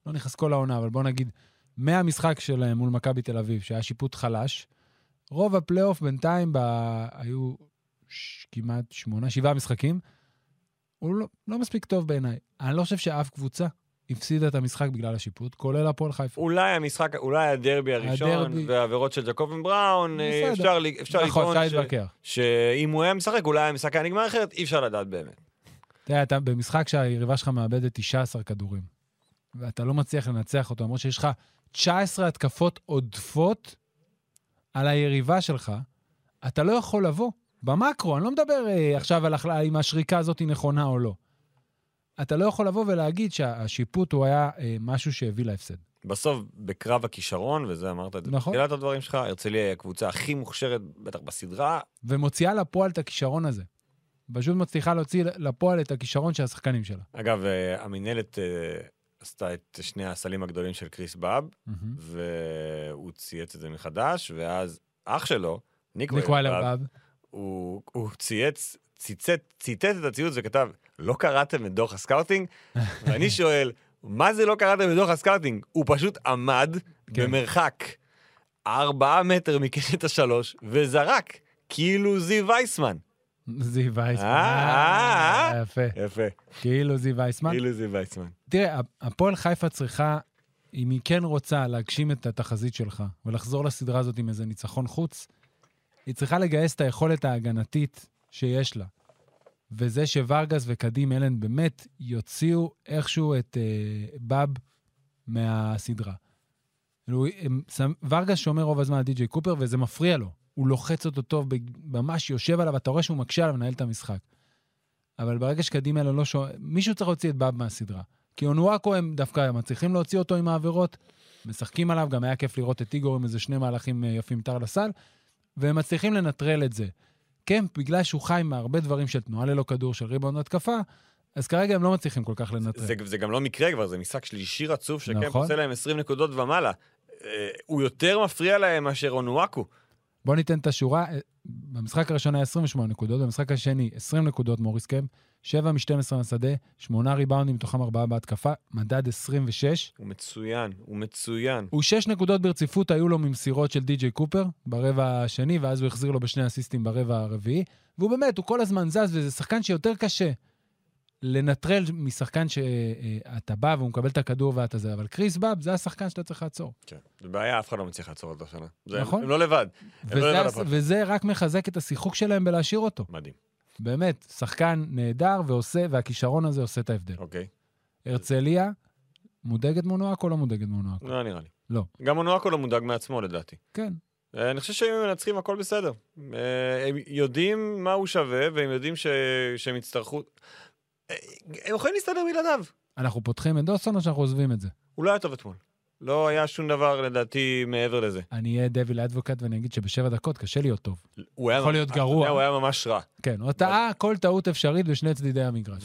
Speaker 2: לא נכנס כל העונה, אבל בוא נגיד, מהמשחק שלהם מול מכבי תל אביב, שהיה שיפוט חלש, רוב הפלייאוף בינתיים ב... היו ש... כמעט שמונה, שבעה משחקים. הוא לא, לא מספיק טוב בעיניי. אני לא חושב שאף קבוצה הפסידה את המשחק בגלל השיפוט, כולל הפועל חיפה.
Speaker 3: אולי המשחק, אולי הדרבי הראשון,
Speaker 2: הדרבי.
Speaker 3: והעבירות של ג'קובן בראון, אה,
Speaker 2: בסדר.
Speaker 3: אפשר, ל- אפשר
Speaker 2: נכון,
Speaker 3: לטעון
Speaker 2: אפשר
Speaker 3: ש-
Speaker 2: להתווכח.
Speaker 3: שאם הוא היה משחק, אולי המשחק היה נגמר אחרת, אי אפשר לדעת באמת.
Speaker 2: אתה יודע, אתה במשחק שהיריבה שלך מאבדת 19 כדורים, ואתה לא מצליח לנצח אותו, למרות שיש לך 19 התקפות עודפות על היריבה שלך, אתה לא יכול לבוא. במקרו, אני לא מדבר אה, עכשיו על החלה, אם השריקה הזאת היא נכונה או לא. אתה לא יכול לבוא ולהגיד שהשיפוט הוא היה אה, משהו שהביא להפסד.
Speaker 3: בסוף, בקרב הכישרון, וזה אמרת את זה
Speaker 2: נכון.
Speaker 3: בתחילת הדברים שלך, הרצליה היא הקבוצה הכי מוכשרת, בטח בסדרה,
Speaker 2: ומוציאה לפועל את הכישרון הזה. פשוט מצליחה להוציא לפועל את הכישרון של השחקנים שלה.
Speaker 3: אגב, אה, המינהלת אה, עשתה את שני הסלים הגדולים של קריס באב, והוא צייץ את זה מחדש, ואז אח שלו, ניק
Speaker 2: ניק
Speaker 3: ויילר
Speaker 2: ויילר באב.
Speaker 3: הוא, הוא צייץ, ציצט, ציטט את הציוץ וכתב, לא קראתם את דוח הסקאוטינג? ואני שואל, מה זה לא קראתם את דוח הסקאוטינג? הוא פשוט עמד
Speaker 2: כן.
Speaker 3: במרחק ארבעה מטר מקשת השלוש, וזרק, כאילו זיו וייסמן.
Speaker 2: זיו וייסמן.
Speaker 3: אה, אה,
Speaker 2: אה, יפה.
Speaker 3: יפה,
Speaker 2: כאילו זיו וייסמן.
Speaker 3: כאילו זיו וייסמן.
Speaker 2: תראה, הפועל חיפה צריכה, אם היא כן רוצה להגשים את התחזית שלך ולחזור לסדרה הזאת עם איזה ניצחון חוץ, היא צריכה לגייס את היכולת ההגנתית שיש לה. וזה שוורגס וקדים אלן באמת יוציאו איכשהו את אה, בב מהסדרה. כאילו, הם, שם- ורגס שומר רוב הזמן על די.ג'יי קופר, וזה מפריע לו. הוא לוחץ אותו טוב, בג- ממש יושב עליו, אתה רואה שהוא מקשה עליו לנהל את המשחק. אבל ברגע שקדימה אלו לא שומע, מישהו צריך להוציא את באב מהסדרה. כי אונואקו הם דווקא מצליחים להוציא אותו עם העבירות, משחקים עליו, גם היה כיף לראות את איגור עם איזה שני מהלכים אה, יפים תר לסל, והם מצליחים לנטרל את זה. כן, בגלל שהוא חי מהרבה דברים של תנועה ללא כדור, של ריבון התקפה, אז כרגע הם לא מצליחים כל כך לנטרל.
Speaker 3: זה, זה גם לא מקרה כבר, זה משחק שלישי רצוף, שכן
Speaker 2: נכון.
Speaker 3: נכון. עושה להם 20 נקודות ומעלה. אה, הוא יותר מפריע להם מאשר אונואקו.
Speaker 2: בואו ניתן את השורה. אה, במשחק הראשון היה 28 נקודות, במשחק השני 20 נקודות מוריס קמפ, 7 מ-12 מהשדה, 8 ריבאונדים, מתוכם 4 בהתקפה, מדד 26.
Speaker 3: הוא מצוין, הוא מצוין.
Speaker 2: הוא 6 נקודות ברציפות היו לו ממסירות של די.ג'יי קופר ברבע השני, ואז הוא החזיר לו בשני אסיסטים ברבע הרביעי. והוא באמת, הוא כל הזמן זז, וזה שחקן שיותר קשה לנטרל משחקן שאתה בא והוא מקבל את הכדור ואתה זה, אבל קריס באב זה השחקן שאתה צריך לעצור.
Speaker 3: כן. זה בעיה, אף אחד לא מצליח לעצור אותו השנה. זה,
Speaker 2: נכון.
Speaker 3: נכון. הם לא לבד. הם לא
Speaker 2: וזה,
Speaker 3: לבד
Speaker 2: הס-
Speaker 3: הפעם.
Speaker 2: וזה רק מחזק את השיחוק שלהם בלהשאיר אותו.
Speaker 3: מדהים,
Speaker 2: באמת, שחקן נהדר ועושה, והכישרון הזה עושה את ההבדל.
Speaker 3: אוקיי.
Speaker 2: הרצליה, מודאגת מונואקו או לא מודאגת מונואקו?
Speaker 3: לא נראה לי.
Speaker 2: לא.
Speaker 3: גם אונואקו לא מודאג מעצמו לדעתי.
Speaker 2: כן.
Speaker 3: אה, אני חושב שאם הם מנצחים הכל בסדר. אה, הם יודעים מה הוא שווה, והם יודעים ש... שהם יצטרכו... אה, הם יכולים להסתדר בלעדיו.
Speaker 2: אנחנו פותחים את דוסון או שאנחנו עוזבים את זה?
Speaker 3: הוא לא היה טוב אתמול. לא היה שום דבר לדעתי מעבר לזה.
Speaker 2: אני אהיה דביל אדבוקט ואני אגיד שבשבע דקות קשה להיות טוב.
Speaker 3: הוא היה
Speaker 2: יכול
Speaker 3: ממש-
Speaker 2: להיות גרוע.
Speaker 3: הוא היה ממש רע.
Speaker 2: כן, הוא טעה כל טעות אפשרית בשני צדדי המגרש.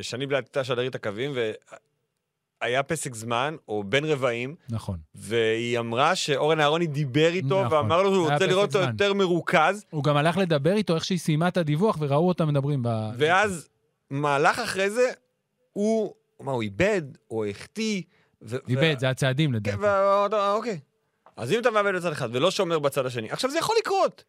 Speaker 3: ושני בלאט הייתה שדרית הקווים, והיה פסק זמן, או בין רבעים,
Speaker 2: נכון.
Speaker 3: והיא אמרה שאורן אהרוני דיבר איתו,
Speaker 2: נכון.
Speaker 3: ואמר לו שהוא
Speaker 2: היה
Speaker 3: רוצה לראות
Speaker 2: פסק
Speaker 3: אותו
Speaker 2: זמן.
Speaker 3: יותר מרוכז,
Speaker 2: הוא גם הלך לדבר איתו איך שהיא סיימה את הדיווח וראו אותם מדברים ב...
Speaker 3: ואז מהלך אחרי זה, הוא, מה, הוא איבד, או החטיא. ו-
Speaker 2: איבד,
Speaker 3: ו-
Speaker 2: זה הצעדים
Speaker 3: כן,
Speaker 2: לדעתי.
Speaker 3: ו- אוקיי. אז אם אתה מאבד בצד אחד ולא שומר בצד השני, עכשיו זה יכול לקרות.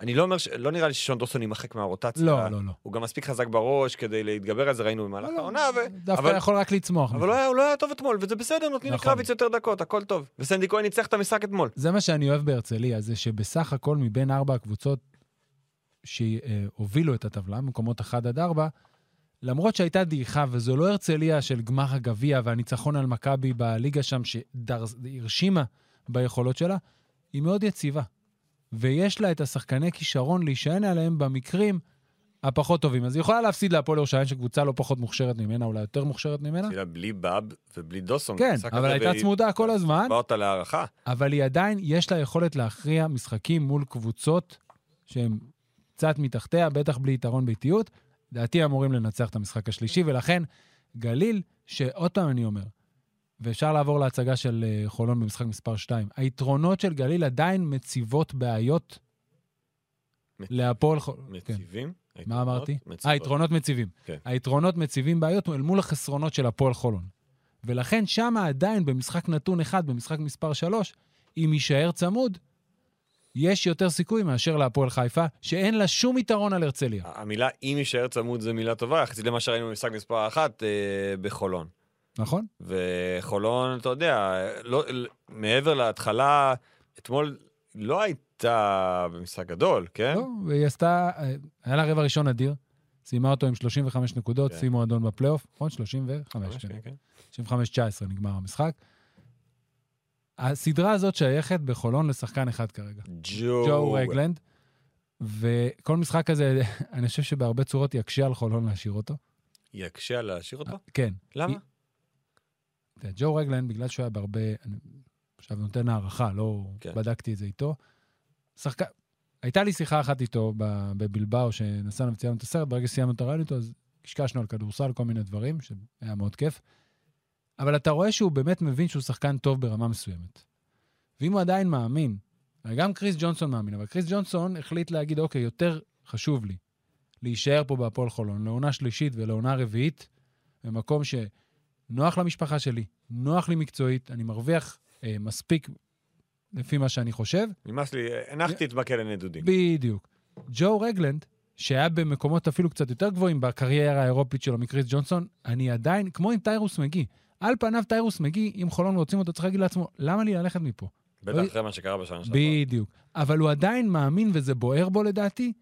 Speaker 3: אני לא אומר, ש... לא נראה לי ששון דוסון יימחק מהרוטציה.
Speaker 2: לא, לא, לא.
Speaker 3: הוא גם מספיק חזק בראש כדי להתגבר על זה, ראינו במהלך העונה, ו...
Speaker 2: דווקא
Speaker 3: אבל-
Speaker 2: יכול רק לצמוח.
Speaker 3: אבל
Speaker 2: מזה.
Speaker 3: הוא לא היה- הוא לא היה טוב אתמול, וזה בסדר, נותנים
Speaker 2: נכון. אה.
Speaker 3: לקרביץ יותר דקות, הכל טוב. וסנדי כהן ניצח את המשחק אתמול.
Speaker 2: זה מה שאני אוהב בהרצליה, זה שבסך הכל מבין ארבע הקבוצות שהובילו את הטבלה, מקומות 1 עד 4, למרות שהייתה דעיכה, וזו לא הרצליה של גמר הגביע והניצחון על מכבי בליגה שם, שהרשימה ביכולות שלה, היא מאוד יציבה. ויש לה את השחקני כישרון להישען עליהם במקרים הפחות טובים. אז היא יכולה להפסיד להפועל ירושלים, שקבוצה לא פחות מוכשרת ממנה, אולי יותר מוכשרת ממנה.
Speaker 3: התחילה בלי באב ובלי דוסון.
Speaker 2: כן,
Speaker 3: המשחק
Speaker 2: אבל
Speaker 3: הזה,
Speaker 2: הייתה
Speaker 3: והיא-
Speaker 2: צמודה כל הזמן.
Speaker 3: בא אותה להערכה.
Speaker 2: אבל היא עדיין, יש לה יכולת להכריע משחקים מול קבוצות שהן קצת מתחתיה, בטח בלי יתרון באיטיות. לדעתי אמורים לנצח את המשחק השלישי, ולכן גליל, שעוד פעם אני אומר, ואפשר לעבור להצגה של אה, חולון במשחק מספר 2, היתרונות של גליל עדיין מציבות בעיות
Speaker 3: מצ-
Speaker 2: להפועל חולון. כן.
Speaker 3: מציבים?
Speaker 2: מה אמרתי?
Speaker 3: מציבות.
Speaker 2: אה, היתרונות מציבים.
Speaker 3: כן.
Speaker 2: היתרונות מציבים בעיות אל מול החסרונות של הפועל חולון. ולכן שם עדיין במשחק נתון אחד, במשחק מספר 3, אם יישאר צמוד, יש יותר סיכוי מאשר להפועל חיפה, שאין לה שום יתרון על הרצליה.
Speaker 3: המילה אם יישאר צמוד זו מילה טובה, יחסית למה שראינו במשחק מספר אחת אה, בחולון.
Speaker 2: נכון?
Speaker 3: וחולון, אתה יודע, לא, ל- מעבר להתחלה, אתמול לא הייתה במשחק גדול, כן?
Speaker 2: לא, והיא עשתה, אה, היה לה רבע ראשון אדיר, סיימה אותו עם 35 נקודות,
Speaker 3: כן.
Speaker 2: סיימו מועדון בפלייאוף, נכון? 35,
Speaker 3: ממש,
Speaker 2: כן.
Speaker 3: כן, כן.
Speaker 2: 35-19 נגמר המשחק. הסדרה הזאת שייכת בחולון לשחקן אחד כרגע. ג'ו
Speaker 3: ג'ו רגלן.
Speaker 2: רגלנד, וכל משחק כזה, אני חושב שבהרבה צורות יקשה על חולון להשאיר אותו.
Speaker 3: יקשה להשאיר אותו?
Speaker 2: כן.
Speaker 3: למה?
Speaker 2: אתה יודע, ג'ו רגלנד, בגלל שהוא היה בהרבה... אני עכשיו נותן הערכה, לא
Speaker 3: כן.
Speaker 2: בדקתי את זה איתו. שחקן... הייתה לי שיחה אחת איתו ב- בבלבאו, שנסענו וציינו את הסרט, ברגע שסיימנו את הרעיון איתו, אז קשקשנו על כדורסל, כל מיני דברים, שהיה מאוד כיף. אבל אתה רואה שהוא באמת מבין שהוא שחקן טוב ברמה מסוימת. ואם הוא עדיין מאמין, הרי גם קריס ג'ונסון מאמין, אבל קריס ג'ונסון החליט להגיד, אוקיי, יותר חשוב לי להישאר פה בהפועל חולון, לעונה שלישית ולעונה רביעית, במקום שנוח למשפחה שלי, נוח לי מקצועית, אני מרוויח אה, מספיק לפי מה שאני חושב.
Speaker 3: נמאס לי,
Speaker 2: אה,
Speaker 3: הנחתי את מקל הנדודים.
Speaker 2: בדיוק. ג'ו רגלנד, שהיה במקומות אפילו קצת יותר גבוהים בקריירה האירופית שלו מקריס ג'ונסון, אני עדיין, כמו עם טיירוס מגי, על פניו טיירוס מגי, אם חולון רוצים אותו, צריך להגיד לעצמו, למה לי ללכת מפה?
Speaker 3: בטח
Speaker 2: אה,
Speaker 3: אחרי מה שקרה בשנה שעברה.
Speaker 2: בדיוק. אבל הוא עדיין מאמין, וזה בוער בו לדעתי,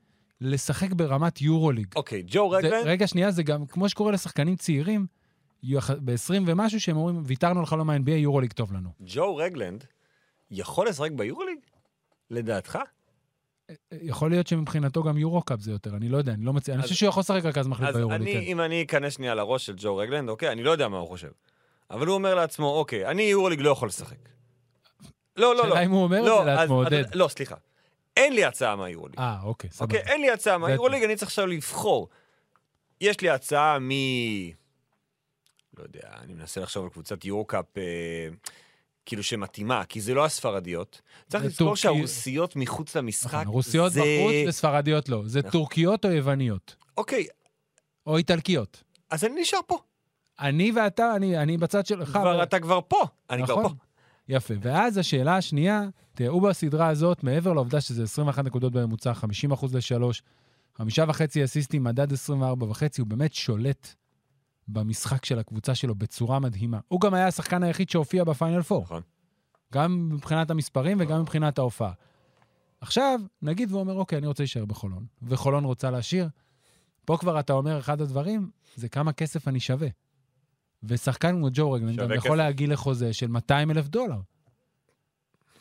Speaker 2: לשחק ברמת יורוליג.
Speaker 3: אוקיי, ג'ו
Speaker 2: זה-
Speaker 3: רגלן,
Speaker 2: רגע, שנייה, זה גם כמו שקורה לשחקנים צעירים, ב-20 ומשהו, שהם אומרים, ויתרנו על חלום ה-NBA, יורוליג טוב לנו.
Speaker 3: ג'ו רגלנד יכול לשחק ביורוליג? לדעתך?
Speaker 2: יכול להיות שמבחינתו גם יורו-קאפ זה יותר, אני לא יודע, אני לא מציע, אני
Speaker 3: אז-
Speaker 2: חושב שהוא יכול לשחק רק אז מחליט
Speaker 3: אז
Speaker 2: ביורוליג,
Speaker 3: אני,
Speaker 2: כן.
Speaker 3: אם אני אכנס שנייה לראש של ג'ו רגלנד, אוקיי, אני לא יודע מה הוא חושב. אבל הוא אומר לעצמו, אוקיי, אני יורוליג לא יכול לשחק. לא, לא, לא.
Speaker 2: השאלה אם הוא אומר את
Speaker 3: לא,
Speaker 2: זה לעצמו,
Speaker 3: אז- אז-
Speaker 2: עודד.
Speaker 3: לא, סליחה. אין לי הצעה מהיורוליג.
Speaker 2: אה, אוקיי, סבבה.
Speaker 3: אוקיי, אין לי הצעה
Speaker 2: זה-
Speaker 3: מהיורוליג, אני צריך עכשיו לבחור. יש לי הצעה מ... לא יודע, אני מנסה לחשוב על קבוצת יורקאפ, אה, כאילו שמתאימה, כי זה לא הספרדיות. צריך
Speaker 2: זה
Speaker 3: לזכור
Speaker 2: טורקי-
Speaker 3: שהרוסיות מחוץ למשחק,
Speaker 2: נכון, רוסיות
Speaker 3: זה...
Speaker 2: בחוץ וספרדיות לא. זה
Speaker 3: נכון.
Speaker 2: טורקיות או יווניות?
Speaker 3: אוקיי,
Speaker 2: או איטלקיות.
Speaker 3: אז אני נשאר פה.
Speaker 2: אני ואתה, אני, אני בצד שלך.
Speaker 3: כבר,
Speaker 2: אבל-
Speaker 3: אתה כבר פה. אני כבר פה.
Speaker 2: לא. נכון. יפה. ואז השאלה השנייה, תראו בסדרה הזאת, מעבר לעובדה שזה 21 נקודות בממוצע, 50% לשלוש, חמישה וחצי אסיסטים, מדד 24 וחצי, הוא באמת שולט במשחק של הקבוצה שלו בצורה מדהימה. הוא גם היה השחקן היחיד שהופיע בפיינל פור.
Speaker 3: נכון.
Speaker 2: גם מבחינת המספרים וגם מבחינת ההופעה. עכשיו, נגיד והוא אומר, אוקיי, אני רוצה להישאר בחולון, וחולון רוצה להשאיר, פה כבר אתה אומר, אחד הדברים, זה כמה כסף אני שווה. ושחקן כמו ג'ו רגלנד גם
Speaker 3: שווה
Speaker 2: יכול
Speaker 3: כסף.
Speaker 2: להגיע לחוזה של 200 אלף דולר.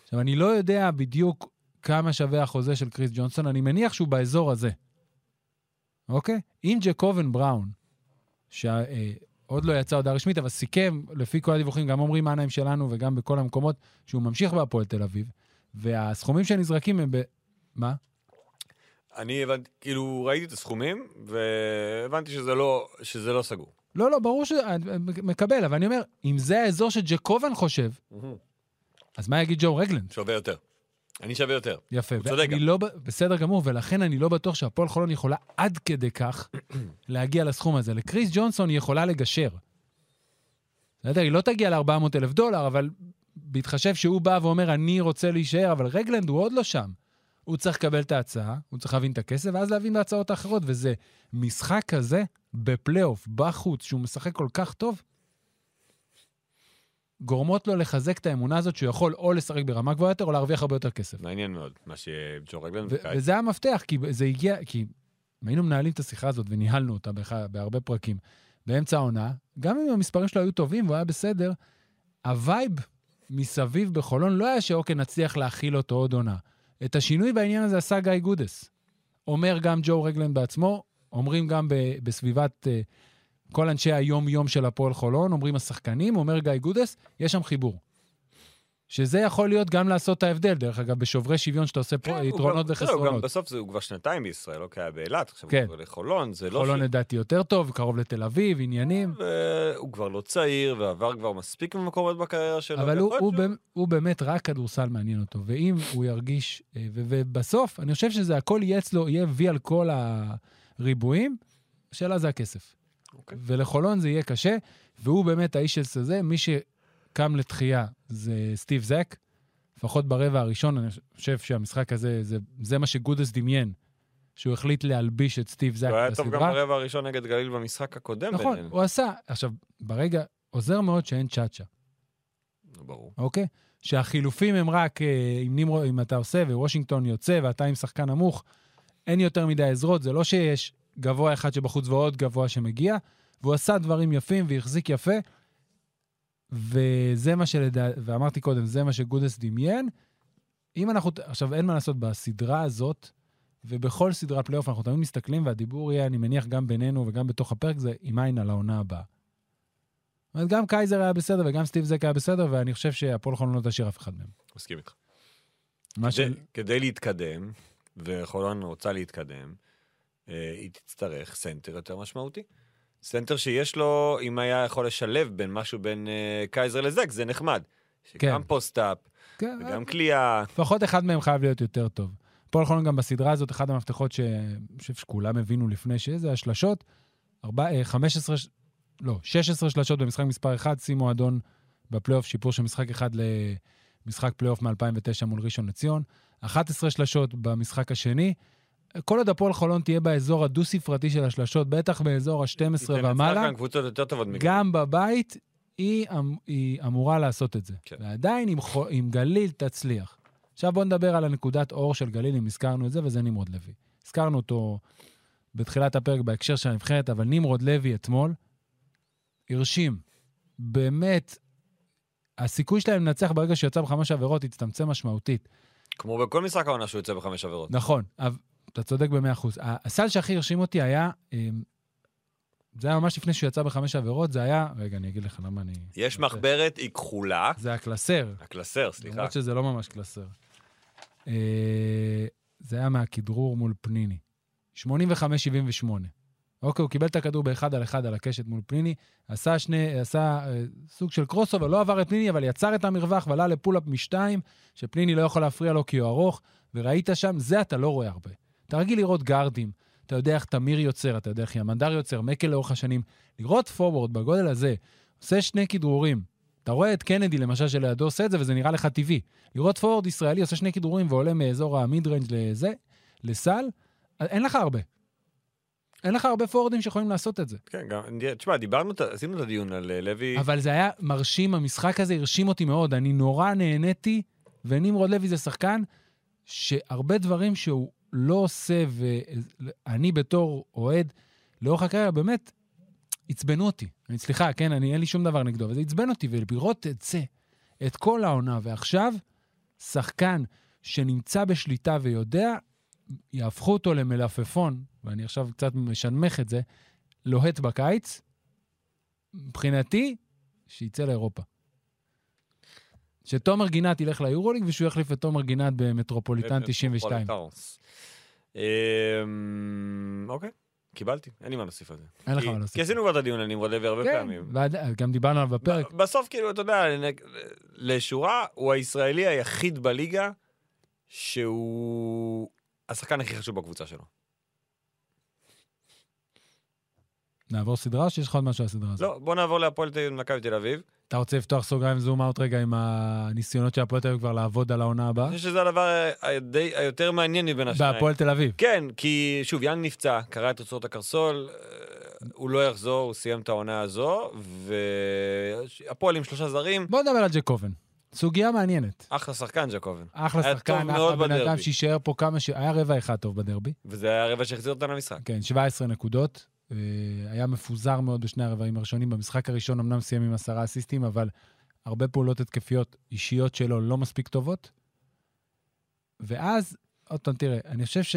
Speaker 2: עכשיו, אני לא יודע בדיוק כמה שווה החוזה של קריס ג'ונסון, אני מניח שהוא באזור הזה, אוקיי? אם ג'קובן בראון, שעוד אה, עוד לא יצאה הודעה רשמית, אבל סיכם, לפי כל הדיווחים, גם אומרים מנהיים שלנו וגם בכל המקומות, שהוא ממשיך בהפועל תל אביב, והסכומים שנזרקים הם ב... מה?
Speaker 3: אני הבנתי, כאילו, ראיתי את הסכומים, והבנתי שזה לא, שזה לא סגור.
Speaker 2: לא, לא, ברור ש... אני מקבל, אבל אני אומר, אם זה האזור שג'קובן חושב, אז מה יגיד ג'ו רגלנד?
Speaker 3: שווה יותר. אני שווה יותר.
Speaker 2: יפה.
Speaker 3: הוא
Speaker 2: ואני
Speaker 3: צודק גם.
Speaker 2: לא, ב- בסדר גמור, ולכן אני לא בטוח שהפועל חולון יכולה עד כדי כך להגיע לסכום הזה. לקריס ג'ונסון היא יכולה לגשר. אתה יודע, היא לא תגיע ל-400 אלף דולר, אבל בהתחשב שהוא בא ואומר, אני רוצה להישאר, אבל רגלנד הוא עוד לא שם. הוא צריך לקבל את ההצעה, הוא צריך להבין את הכסף, ואז להבין את ההצעות האחרות. וזה משחק כזה, בפלייאוף, בחוץ, שהוא משחק כל כך טוב, גורמות לו לחזק את האמונה הזאת שהוא יכול או לשחק ברמה גבוהה יותר או להרוויח הרבה יותר כסף.
Speaker 3: מעניין מאוד, מה שג'ו רגלן
Speaker 2: ו-
Speaker 3: כן, בקיץ.
Speaker 2: וזה המפתח, כי זה הגיע, כי אם היינו מנהלים את השיחה הזאת וניהלנו אותה באח- בהרבה פרקים, באמצע העונה, גם אם המספרים שלו היו טובים והוא היה בסדר, הווייב מסביב בחולון לא היה שאוקיי, נצליח להכיל אותו עוד עונה. את השינוי בעניין הזה עשה גיא גודס. אומר גם ג'ו רגלנד בעצמו, אומרים גם ב- בסביבת אה, כל אנשי היום-יום של הפועל חולון, אומרים השחקנים, אומר גיא גודס, יש שם חיבור. שזה יכול להיות גם לעשות את ההבדל, דרך אגב, בשוברי שוויון שאתה עושה פה
Speaker 3: כן, הוא
Speaker 2: יתרונות
Speaker 3: גם- זהו, גם
Speaker 2: וחסרונות.
Speaker 3: בסוף זה- הוא כבר שנתיים בישראל, לא כי היה באילת, עכשיו
Speaker 2: כן.
Speaker 3: הוא כבר לחולון, זה לא...
Speaker 2: חולון
Speaker 3: ש-
Speaker 2: לדעתי יותר טוב, קרוב לתל אביב, עניינים,
Speaker 3: והוא כבר לא צעיר, ועבר כבר מספיק מקומות בקריירה שלו.
Speaker 2: אבל הוא,
Speaker 3: ויכול
Speaker 2: הוא,
Speaker 3: להיות
Speaker 2: באמת- הוא באמת רק כדורסל מעניין אותו, ואם הוא ירגיש, אה, ו- ובסוף, אני חושב שזה הכל יהיה אצלו, יהיה וי על כל הריבועים, השאלה זה הכסף.
Speaker 3: אוקיי.
Speaker 2: ולחולון זה יהיה קשה, והוא באמת האיש של זה, מי שקם לתחייה זה סטיב זק, לפחות ברבע הראשון, אני חושב שהמשחק הזה, זה, זה מה שגודס דמיין, שהוא החליט להלביש את סטיב זק
Speaker 3: שהוא-
Speaker 2: לסדרה.
Speaker 3: הוא היה טוב גם ברבע הראשון נגד גליל במשחק הקודם.
Speaker 2: נכון,
Speaker 3: בינינו.
Speaker 2: הוא עשה, עכשיו, ברגע, עוזר מאוד שאין צ'אצ'ה,
Speaker 3: נו, לא ברור.
Speaker 2: אוקיי? שהחילופים הם רק אה, אם, נמרו, אם אתה עושה ווושינגטון יוצא ואתה עם שחקן נמוך, אין יותר מדי עזרות, זה לא שיש גבוה אחד שבחוץ ועוד גבוה שמגיע, והוא עשה דברים יפים והחזיק יפה, וזה מה שלדעתי, ואמרתי קודם, זה מה שגודס דמיין. אם אנחנו, עכשיו אין מה לעשות, בסדרה הזאת, ובכל סדרת פלייאוף אנחנו תמיד מסתכלים, והדיבור יהיה, אני מניח, גם בינינו וגם בתוך הפרק, זה עם עין על העונה הבאה. זאת אומרת, גם קייזר היה בסדר וגם סטיב זק היה בסדר, ואני חושב שהפועל חולון לא תשאיר אף אחד מהם.
Speaker 3: מסכים איתך.
Speaker 2: מה ש...
Speaker 3: כדי- כדי להתקדם, וחולון רוצה להתקדם, אה, היא תצטרך סנטר יותר משמעותי. סנטר שיש לו, אם היה יכול לשלב בין משהו בין אה, קייזר לזק, זה נחמד. שגם
Speaker 2: כן.
Speaker 3: פוסט-אפ,
Speaker 2: כן,
Speaker 3: וגם קליעה,
Speaker 2: לפחות אחד מהם חייב להיות יותר טוב. הפועל חולון גם בסדרה הזאת, אחד המפתחות ש- אני חושב שכולם הבינו לפני שזה השלשות, ארבע- אה, 15, ש- לא, 16 שלשות במשחק מספר 1, שיא מועדון בפלייאוף, שיפור של משחק אחד למשחק פלייאוף מ-2009 מול ראשון לציון, 11 שלשות במשחק השני. כל עוד הפועל חולון תהיה באזור הדו-ספרתי של השלשות, בטח באזור ה-12 ומעלה,
Speaker 3: תנצח כאן קבוצות יותר טובות מגליל.
Speaker 2: גם בבית, היא, אמ- היא אמורה לעשות את זה.
Speaker 3: כן.
Speaker 2: כן. ועדיין עם, חו- עם גליל תצליח. עכשיו בואו נדבר על הנקודת אור של גליל, אם הזכרנו את זה, וזה נמרוד לוי. הזכרנו אותו בתחילת הפרק בהקשר של הנבחרת, אבל נמרוד לוי אתמול הרשים. באמת, הסיכוי שלהם לנצח ברגע שיצא בחמש עבירות הצטמצם משמעותית.
Speaker 3: כמו בכל משחק העונה שהוא יוצא בחמש עבירות.
Speaker 2: נכון, אבל אתה צודק במאה אחוז. ה- הסל שהכי הרשים אותי היה, אמ, זה היה ממש לפני שהוא יצא בחמש עבירות, זה היה, רגע, אני אגיד לך למה אני...
Speaker 3: יש מחברת, היא כחולה.
Speaker 2: זה הקלסר.
Speaker 3: הקלסר, סליחה.
Speaker 2: למרות שזה לא ממש קלסר. אה, זה היה מהכדרור מול פניני. 85-78. אוקיי, הוא קיבל את הכדור באחד על אחד על הקשת מול פניני, עשה, שני, עשה אה, סוג של קרוס אובר, לא עבר את פניני, אבל יצר את המרווח ועלה לפולאפ משתיים, שפניני לא יכול להפריע לו כי הוא ארוך, וראית שם, זה אתה לא רואה הרבה. אתה רגיל לראות גארדים, אתה יודע איך תמיר יוצר, אתה יודע איך ימנדר יוצר, מקל לאורך השנים. לראות פורוורד בגודל הזה, עושה שני כדרורים, אתה רואה את קנדי, למשל, שלידו עושה את זה, וזה נראה לך טבעי. לראות פורוורד ישראלי עושה שני כדורים ועולה מאזור המיד ריינג' לזה, לסל, אין לך הרבה. אין לך הרבה פורורדים שיכולים לעשות את זה.
Speaker 3: כן, גם, תשמע, דיברנו, את ה- עשינו את הדיון על אה, לוי.
Speaker 2: אבל זה היה מרשים, המשחק הזה הרשים אותי מאוד. אני נורא נהניתי, ונמרוד לוי זה שחקן שהרבה דברים שהוא לא עושה, ואני בתור אוהד, לאורך הקריירה, באמת, עצבנו אותי. אני, סליחה, כן, אני, אין לי שום דבר נגדו, אבל זה עצבן אותי, ולראות את זה, את כל העונה, ועכשיו, שחקן שנמצא בשליטה ויודע, יהפכו אותו למלפפון, ואני עכשיו קצת משנמך את זה, לוהט בקיץ, מבחינתי, שיצא לאירופה. שתומר גינת ילך ליורוליג ושהוא יחליף את תומר גינת במטרופוליטן 92.
Speaker 3: פרולטרוס. אמ, אוקיי, קיבלתי, אין לי מה להוסיף על זה.
Speaker 2: אין לך
Speaker 3: כי-
Speaker 2: מה להוסיף.
Speaker 3: כי עשינו כבר את הדיון על נמרוד לוי הרבה
Speaker 2: כן,
Speaker 3: פעמים.
Speaker 2: ועד- גם דיברנו עליו בפרק.
Speaker 3: ב- בסוף, כאילו, אתה יודע, נ- לשורה, הוא הישראלי היחיד בליגה שהוא השחקן הכי חשוב בקבוצה שלו.
Speaker 2: נעבור סדרה או שיש לך עוד משהו על הסדרה הזאת?
Speaker 3: לא, בוא נעבור להפועל תל אביב ומכבי תל אביב.
Speaker 2: אתה רוצה לפתוח סוגריים זום אאוט רגע עם הניסיונות של הפועל תל אביב כבר לעבוד על העונה הבאה?
Speaker 3: אני חושב שזה הדבר הדי- היותר מעניין מבין השניים.
Speaker 2: בהפועל תל אביב.
Speaker 3: כן, כי שוב, יאנג נפצע, קרע את רצועות הקרסול, אה, הוא לא יחזור, הוא סיים את העונה הזו, והפועל עם שלושה זרים,
Speaker 2: בוא נדבר על ג'קובן. סוגיה מעניינת.
Speaker 3: אחלה שחקן ג'קובן.
Speaker 2: אחלה
Speaker 3: היה
Speaker 2: שחקן,
Speaker 3: טוב מאוד
Speaker 2: אחלה בן אדם
Speaker 3: בדרבי.
Speaker 2: שיישאר פה כמה ש... היה רבע אחד טוב בדרבי.
Speaker 3: וזה היה הרבע שהחזיר אותנו למשחק.
Speaker 2: כן, 17 נקודות. אה, היה מפוזר מאוד בשני הרבעים הראשונים. במשחק הראשון אמנם סיים עם עשרה אסיסטים, אבל הרבה פעולות התקפיות אישיות שלו לא מספיק טובות. ואז, עוד פעם, תראה, אני חושב ש...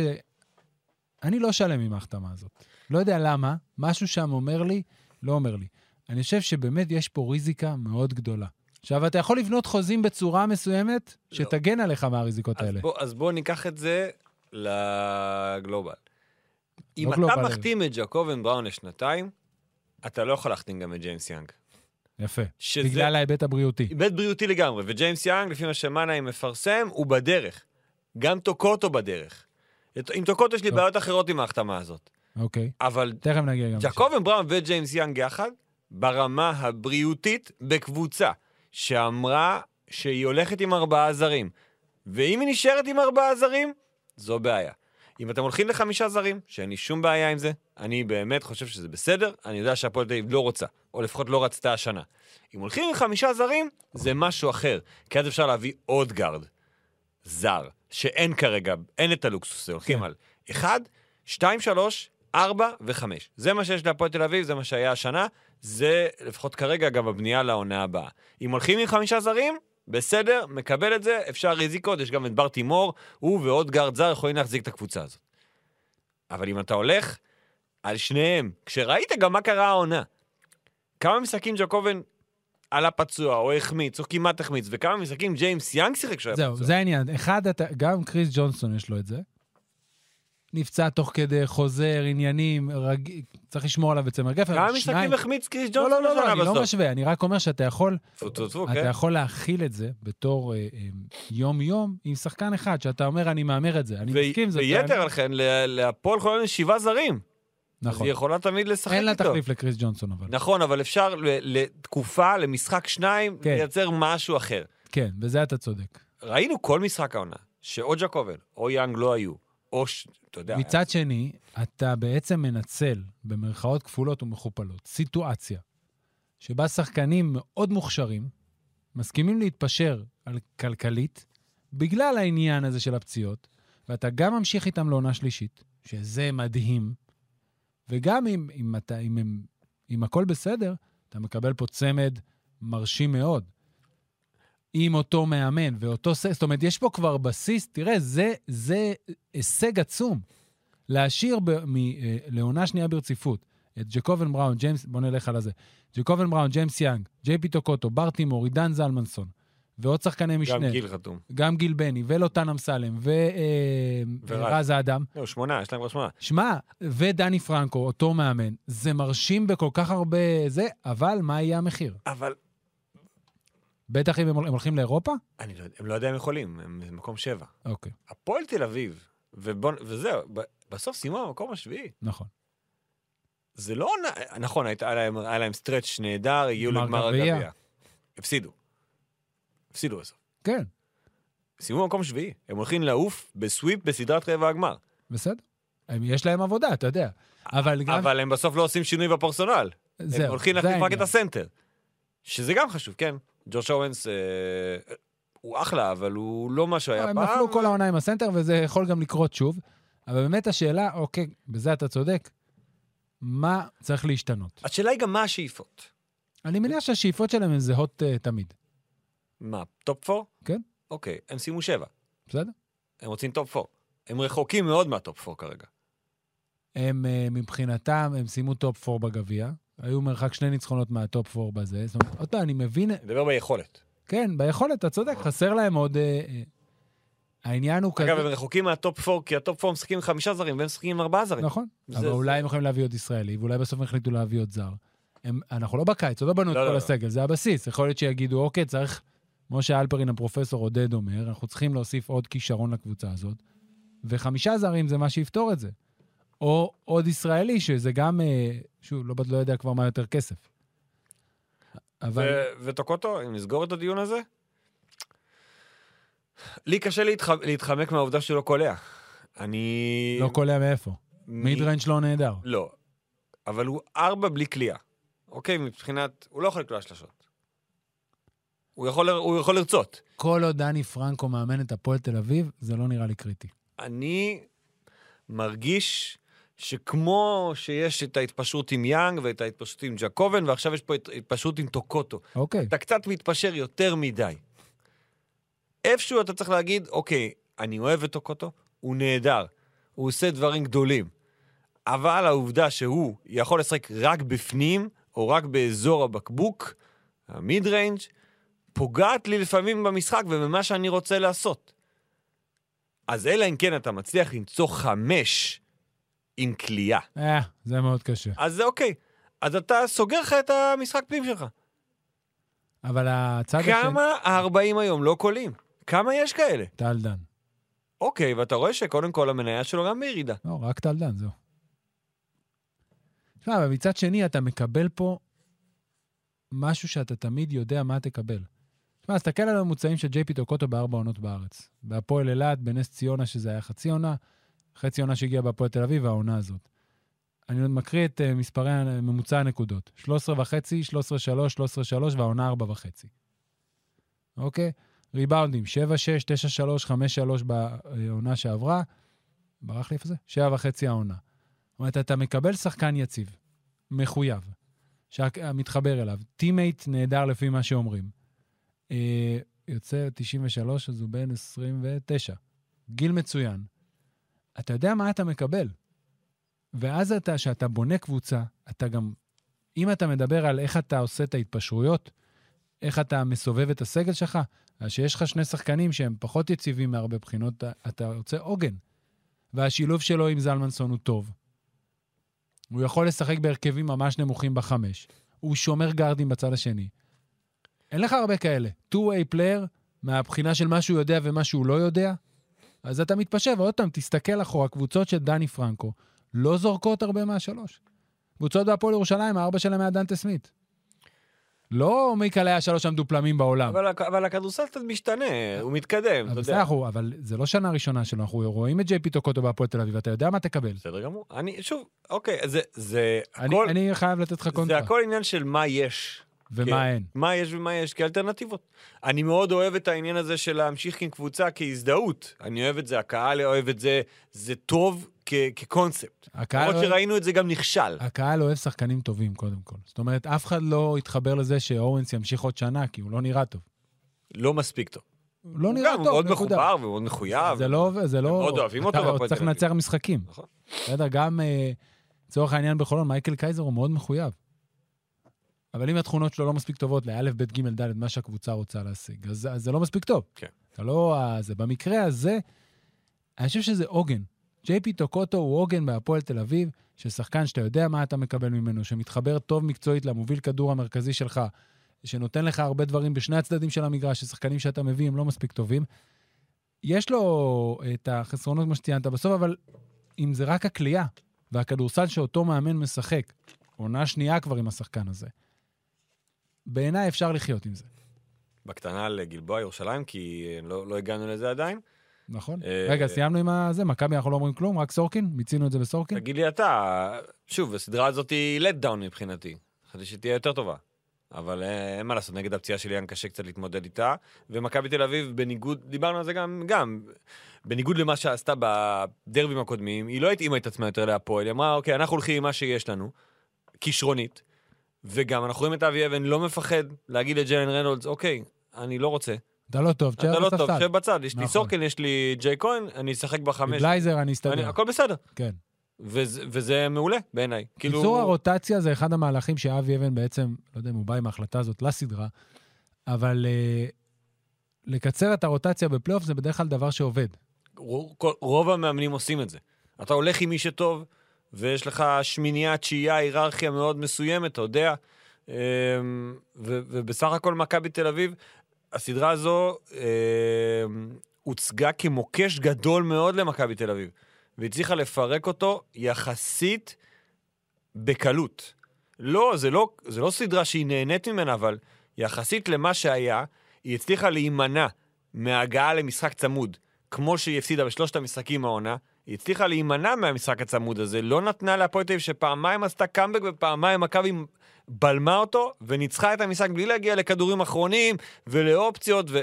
Speaker 2: אני לא שלם עם ההחתמה הזאת. לא יודע למה, משהו שם אומר לי, לא אומר לי. אני חושב שבאמת יש פה ריזיקה מאוד גדולה. עכשיו, אתה יכול לבנות חוזים בצורה מסוימת שתגן עליך מהריזיקות
Speaker 3: לא. אז
Speaker 2: האלה.
Speaker 3: בוא, אז בוא ניקח את זה לגלובל. אם
Speaker 2: לא גלובל,
Speaker 3: אתה
Speaker 2: אלא.
Speaker 3: מחתים את ג'קובן בראון לשנתיים, אתה לא יכול להחתים גם את ג'יימס יאנג.
Speaker 2: יפה.
Speaker 3: שזה
Speaker 2: בגלל ההיבט הבריאותי.
Speaker 3: היבט בריאותי לגמרי, וג'יימס יאנג, לפי מה שמאנהיים מפרסם, הוא בדרך. גם טוקוטו בדרך. את- עם טוקוטו יש לי
Speaker 2: טוב.
Speaker 3: בעיות אחרות עם ההחתמה הזאת.
Speaker 2: אוקיי.
Speaker 3: אבל
Speaker 2: תכף נגיע גם. לשם.
Speaker 3: ג'קובן בראון וג'יימס יאנג יחד, ברמה הבריאותית, בקבוצה שאמרה שהיא הולכת עם ארבעה זרים. ואם היא נשארת עם ארבעה זרים, זו בעיה. אם אתם הולכים לחמישה זרים, שאין לי שום בעיה עם זה, אני באמת חושב שזה בסדר, אני יודע שהפועל תל אביב לא רוצה, או לפחות לא רצתה השנה. אם הולכים עם חמישה זרים, זה משהו אחר, כי אז אפשר להביא עוד גארד, זר, שאין כרגע, אין את הלוקסוס הזה, הולכים על אחד, שתיים, שלוש, ארבע וחמש. זה מה שיש להפועל תל אביב, זה מה שהיה השנה, זה לפחות כרגע גם הבנייה לעונה הבאה. אם הולכים עם חמישה זרים, בסדר, מקבל את זה, אפשר ריזיקות, יש גם את בר תימור, הוא ועוד גארד זר יכולים להחזיק את הקבוצה הזאת. אבל אם אתה הולך על שניהם, כשראית גם מה קרה העונה, כמה משחקים ג'קובן עלה פצוע, או החמיץ, או כמעט החמיץ, וכמה משחקים ג'יימס יאנג שיחק כשהוא היה
Speaker 2: זהו,
Speaker 3: פצוע.
Speaker 2: זה העניין. אחד, אתה, גם קריס ג'ונסון יש לו את זה. נפצע תוך כדי, חוזר, עניינים, רג... צריך לשמור עליו בצמר גפן.
Speaker 3: כמה
Speaker 2: אבל שניים-
Speaker 3: משחקים החמיץ קריס
Speaker 2: אה, לא,
Speaker 3: ג'ונסון
Speaker 2: לא, לא,
Speaker 3: השנה
Speaker 2: לא, אני לא
Speaker 3: בסוף?
Speaker 2: משווה, אני רק אומר שאתה יכול,
Speaker 3: טפו, טפו, טפו,
Speaker 2: אתה
Speaker 3: כן.
Speaker 2: יכול להכיל את זה בתור אה, אה, יום-יום עם שחקן אחד, שאתה אומר, אני מהמר את זה, אני
Speaker 3: ו-
Speaker 2: מסכים, זה...
Speaker 3: ויתר על כן, ל- להפועל יכולה להיות שבעה זרים. אז
Speaker 2: נכון.
Speaker 3: היא יכולה תמיד לשחק איתו.
Speaker 2: אין לה תחליף לקריס ג'ונסון, אבל.
Speaker 3: נכון, אבל אפשר ל- לתקופה, למשחק שניים,
Speaker 2: כן.
Speaker 3: לייצר משהו אחר.
Speaker 2: כן, בזה אתה צודק.
Speaker 3: ראינו כל משחק העונה, שאו ג'קובן, או יאנג לא היו, או, ש- אתה יודע,
Speaker 2: מצד שני, אתה בעצם מנצל, במרכאות כפולות ומכופלות, סיטואציה שבה שחקנים מאוד מוכשרים מסכימים להתפשר על כלכלית בגלל העניין הזה של הפציעות, ואתה גם ממשיך איתם לעונה שלישית, שזה מדהים, וגם אם, אם, אתה, אם, אם, אם הכל בסדר, אתה מקבל פה צמד מרשים מאוד. עם אותו מאמן ואותו ס... זאת אומרת, יש פה כבר בסיס, תראה, זה, זה הישג עצום. להשאיר ב... מ... אה, לעונה שנייה ברציפות את ג'קובן בראון, ג'יימס, בוא נלך על הזה. ג'קובן בראון, ג'יימס יאנג, ג'יי פי טוקוטו, בר תימור, עידן זלמנסון, ועוד שחקני משנה,
Speaker 3: גם גיל חתום.
Speaker 2: גם גיל בני, ולוטן אמסלם, ו- אה,
Speaker 3: ורז.
Speaker 2: ורז אדם.
Speaker 3: לא, שמונה, יש להם כבר שמונה.
Speaker 2: שמע, ודני פרנקו, אותו מאמן, זה מרשים בכל כך הרבה זה, אבל מה יהיה המחיר?
Speaker 3: אבל
Speaker 2: בטח אם הם הול- הם הולכים לאירופה?
Speaker 3: אני לא, יודע- הם לא יודע אם יכולים, הם מקום שבע.
Speaker 2: אוקיי,
Speaker 3: הפועל תל אביב, ובוא, וזהו, ב- בסוף סיימו במקום השביעי.
Speaker 2: נכון.
Speaker 3: זה לא עונה, נכון, הייתה- היה להם, היה להם סטרץ' נהדר, הגיעו
Speaker 2: גמר
Speaker 3: לגמר
Speaker 2: גביע.
Speaker 3: הגביע. הפסידו. הפסידו בסוף.
Speaker 2: כן,
Speaker 3: סיימו במקום שביעי. הם הולכים לעוף בסוויפ בסדרת רבע הגמר.
Speaker 2: בסדר. הם- יש להם עבודה, אתה יודע. אבל גם...
Speaker 3: אבל הם בסוף לא עושים שינוי בפרסונל.
Speaker 2: זהו,
Speaker 3: הם הולכים
Speaker 2: זה
Speaker 3: להחליף רק
Speaker 2: העניין.
Speaker 3: את הסנטר. שזה גם חשוב, כן. ג'וש אורנס אה, הוא אחלה, אבל הוא לא מה שהוא היה
Speaker 2: הם
Speaker 3: פעם.
Speaker 2: נפלו כל העונה עם הסנטר, וזה יכול גם לקרות שוב. אבל באמת השאלה, אוקיי, בזה אתה צודק, מה צריך להשתנות?
Speaker 3: השאלה היא גם מה השאיפות.
Speaker 2: אני מניח שהשאיפות שלהם הן זהות אה, תמיד,
Speaker 3: מה, טופ 4?
Speaker 2: כן.
Speaker 3: אוקיי, הם סיימו שבע.
Speaker 2: בסדר?
Speaker 3: הם רוצים טופ 4. הם רחוקים מאוד מהטופ 4 כרגע.
Speaker 2: הם אה, מבחינתם, הם סיימו טופ 4 בגביע, היו מרחק שני ניצחונות מהטופ 4 בזה. זאת אומרת, עוד פעם, אני מבין,
Speaker 3: אני מדבר ביכולת.
Speaker 2: כן, ביכולת, אתה צודק, חסר להם עוד... אה, אה, העניין הוא כזה...
Speaker 3: אגב, הם רחוקים מהטופ 4, כי הטופ 4 משחקים עם חמישה זרים, והם משחקים עם ארבעה זרים.
Speaker 2: נכון,
Speaker 3: זה-
Speaker 2: אבל
Speaker 3: זה-
Speaker 2: אולי הם יכולים להביא עוד ישראלי, ואולי בסוף הם החליטו להביא עוד זר. הם- אנחנו לא בקיץ, עוד לא בנו את
Speaker 3: לא, לא,
Speaker 2: כל
Speaker 3: לא.
Speaker 2: הסגל, זה הבסיס. יכול להיות שיגידו, אוקיי, צריך, כמו שאלפרין הפרופסור עודד אומר, אנחנו צריכים להוסיף עוד כישרון לקבוצה הזאת, וחמישה זרים זה מה שיפתור את זה. או עוד ישראלי, שזה גם, אה, שוב, לא, לא יודע כבר מה יותר כסף. אבל...
Speaker 3: ו- וטוקוטו, אם נסגור את הדיון הזה? לי קשה להתח- להתחמק מהעובדה שהוא לא קולע. אני...
Speaker 2: לא קולע מאיפה.
Speaker 3: מ-
Speaker 2: מידרנג' לא נהדר.
Speaker 3: לא. אבל הוא ארבע בלי קליעה. אוקיי, מבחינת... הוא לא יכול לקלוע שלשות. הוא יכול, לר- הוא יכול לרצות.
Speaker 2: כל עוד דני פרנקו מאמן את הפועל תל אביב, זה לא נראה לי קריטי.
Speaker 3: אני מרגיש שכמו שיש את ההתפשרות עם יאנג ואת ההתפשרות עם ג'קובן, ועכשיו יש פה את ההתפשרות עם טוקוטו.
Speaker 2: אוקיי.
Speaker 3: אתה קצת מתפשר יותר מדי. איפשהו אתה צריך להגיד, אוקיי, אני אוהב את טוקוטו, הוא נהדר, הוא עושה דברים גדולים, אבל העובדה שהוא יכול לשחק רק בפנים, או רק באזור הבקבוק, המיד ריינג', פוגעת לי לפעמים במשחק ובמה שאני רוצה לעשות. אז אלא אם כן אתה מצליח למצוא חמש עם כליאה.
Speaker 2: אה, זה מאוד קשה.
Speaker 3: אז זה אוקיי. אז אתה סוגר לך את המשחק פנים שלך.
Speaker 2: אבל הצד השני...
Speaker 3: כמה ה-40 היום לא קולים? כמה יש כאלה?
Speaker 2: טל דן.
Speaker 3: אוקיי, ואתה רואה שקודם כל המניה שלו גם בירידה.
Speaker 2: לא, רק טל דן, זהו. תשמע, אבל מצד שני, אתה מקבל פה משהו שאתה תמיד יודע מה תקבל. תשמע, אז תסתכל על הממוצעים של ג'יי פי טוקוטו בארבע עונות בארץ. בהפועל אילת, בנס ציונה, שזה היה חצי עונה, חצי עונה שהגיעה בהפועל תל אביב, והעונה הזאת. אני עוד מקריא את אה, מספרי ה- ממוצע הנקודות. 13 וחצי, 13 3, 13 3, והעונה 4 וחצי. אוקיי? ריבאונדים, 7 6, 9 3, 5 3 בעונה שעברה, ברח לי איפה זה? שבע וחצי העונה. זאת אומרת, אתה מקבל שחקן יציב, מחויב, שמתחבר אליו, טימייט נהדר לפי מה שאומרים. אה, יוצא 93, אז הוא בן 29. גיל מצוין. אתה יודע מה אתה מקבל. ואז אתה, כשאתה בונה קבוצה, אתה גם... אם אתה מדבר על איך אתה עושה את ההתפשרויות, איך אתה מסובב את הסגל שלך, אז שיש לך שני שחקנים שהם פחות יציבים מהרבה בחינות, אתה- אתה רוצה עוגן. והשילוב שלו עם זלמנסון הוא טוב. הוא יכול לשחק בהרכבים ממש נמוכים בחמש. הוא שומר גארדים בצד השני. אין לך הרבה כאלה. two-way player, מהבחינה של מה שהוא יודע ומה שהוא לא יודע, אז אתה מתפשב. ועוד פעם, תסתכל אחורה, קבוצות של דני פרנקו לא זורקות הרבה מהשלוש. קבוצות בהפועל ירושלים, הארבע שלהם היה דנטה סמית. לא מיקל היה שלוש המדופלמים בעולם.
Speaker 3: אבל, הכ- אבל הכדורסל קצת משתנה, הוא מתקדם, אתה
Speaker 2: אבל
Speaker 3: יודע.
Speaker 2: אה. בסדר, אנחנו- אבל זה לא שנה ראשונה שלו, אנחנו רואים את ג'יי פי טוקוטו בהפועל תל אביב, אתה יודע מה תקבל.
Speaker 3: בסדר גמור. אני, שוב, אוקיי, זה, זה
Speaker 2: אני,
Speaker 3: הכל,
Speaker 2: אני חייב לתת לך
Speaker 3: זה
Speaker 2: קונטרה.
Speaker 3: הכל עניין של מה יש.
Speaker 2: ומה
Speaker 3: כן.
Speaker 2: אין.
Speaker 3: מה יש ומה יש כאלטרנטיבות. אני מאוד אוהב את העניין הזה של להמשיך עם קבוצה כהזדהות. אני אוהב את זה, הקהל אוהב את זה, זה טוב כ- כקונספט.
Speaker 2: הקהל,
Speaker 3: למרות
Speaker 2: אוהב, אה.
Speaker 3: שראינו את זה גם נכשל.
Speaker 2: הקהל אוהב שחקנים טובים, קודם כל. זאת אומרת, אף אחד לא התחבר לזה שאורנס ימשיך עוד שנה, כי הוא לא נראה טוב.
Speaker 3: לא מספיק טוב.
Speaker 2: הוא לא
Speaker 3: הוא
Speaker 2: נראה
Speaker 3: גם
Speaker 2: טוב,
Speaker 3: הוא מאוד
Speaker 2: נקודה.
Speaker 3: מחובר ומאוד מחויב.
Speaker 2: זה לא... זה לא...
Speaker 3: מאוד אוהבים אותו
Speaker 2: אתה
Speaker 3: בהפועל
Speaker 2: עוד צריך
Speaker 3: תל אביב.
Speaker 2: לנצח משחקים.
Speaker 3: נכון.
Speaker 2: בסדר, גם אה, לצורך העניין בחולון, מייקל קייזר הוא מאוד מחויב. אבל אם התכונות שלו לא מספיק טובות לאלף, בית, גימל, דלת, מה שהקבוצה רוצה להשיג, אז, אז זה לא מספיק טוב.
Speaker 3: כן.
Speaker 2: אתה לא... ה- זה במקרה הזה, אני חושב שזה עוגן. ג'יי פי טוקוטו הוא עוגן בהפועל תל אביב, ששחקן שאתה יודע מה אתה מקבל ממנו, שמתחבר טוב מקצועית למוביל כדור המרכזי שלך, שנותן לך הרבה דברים בשני הצדדים של המגרש, ששחקנים שאתה מביא הם לא מספיק טובים. יש לו אה, את החסרונות, כמו שציינת בסוף, אבל אם זה רק הכלייה והכדורסל שאותו מאמן משחק, עונה שנייה כבר עם השחקן הזה, בעיניי אפשר לחיות עם זה,
Speaker 3: בקטנה לגלבוע ירושלים, כי אה, לא, לא הגענו לזה עדיין.
Speaker 2: נכון?
Speaker 3: אה,
Speaker 2: רגע,
Speaker 3: אה.
Speaker 2: סיימנו עם הזה, מכבי אנחנו לא אומרים כלום, רק סורקין? מיצינו את זה בסורקין?
Speaker 3: תגיד לי אתה, שוב, הסדרה הזאת היא let down מבחינתי. חשבתי שהיא תהיה יותר טובה. אבל אה, אין מה לעשות, נגד הפציעה של יאן קשה קצת להתמודד איתה. ומכבי תל אביב, בניגוד, דיברנו על זה גם, גם, בניגוד למה שעשתה בדרבים הקודמים, היא לא התאימה את עצמה יותר להפועל. היא אמרה, אוקיי, אנחנו הולכים עם מה שיש לנו, כישרונית, וגם אנחנו רואים את אבי אבן לא מפחד להגיד לג'לן רנולדס, אוקיי, אני לא רוצה.
Speaker 2: אתה לא טוב,
Speaker 3: אתה
Speaker 2: תשאר
Speaker 3: לא טוב,
Speaker 2: בספסל.
Speaker 3: שב בצד, יש לי
Speaker 2: נכון.
Speaker 3: סורקין, יש לי ג'יי כהן, אני אשחק בחמש.
Speaker 2: בלייזר אני
Speaker 3: אני-
Speaker 2: אסתדר,
Speaker 3: הכל בסדר.
Speaker 2: כן.
Speaker 3: וזה, וזה מעולה בעיניי. כאילו...
Speaker 2: קיצור הרוטציה זה אחד המהלכים שאבי אבן בעצם, לא יודע אם הוא בא עם ההחלטה הזאת לסדרה, אבל אה, לקצר את הרוטציה בפלייאוף זה בדרך כלל דבר שעובד.
Speaker 3: רוב- כל- רוב המאמנים עושים את זה. אתה הולך עם מי שטוב, ויש לך שמינייה, תשיעייה, היררכיה מאוד מסוימת, אתה יודע. אמ, ו- ובסך הכל מכבי תל אביב, הסדרה הזו אמ, הוצגה כמוקש גדול מאוד למכבי תל אביב. והצליחה לפרק אותו יחסית בקלות. לא, זה לא, זה לא סדרה שהיא נהנית ממנה, אבל יחסית למה שהיה, היא הצליחה להימנע מהגעה למשחק צמוד. כמו שהיא הפסידה בשלושת המשחקים העונה, היא הצליחה להימנע מהמשחק הצמוד הזה, לא נתנה להפועל תל אביב שפעמיים עשתה קאמבק ופעמיים מכבי בלמה אותו וניצחה את המשחק בלי להגיע לכדורים אחרונים ולאופציות ו...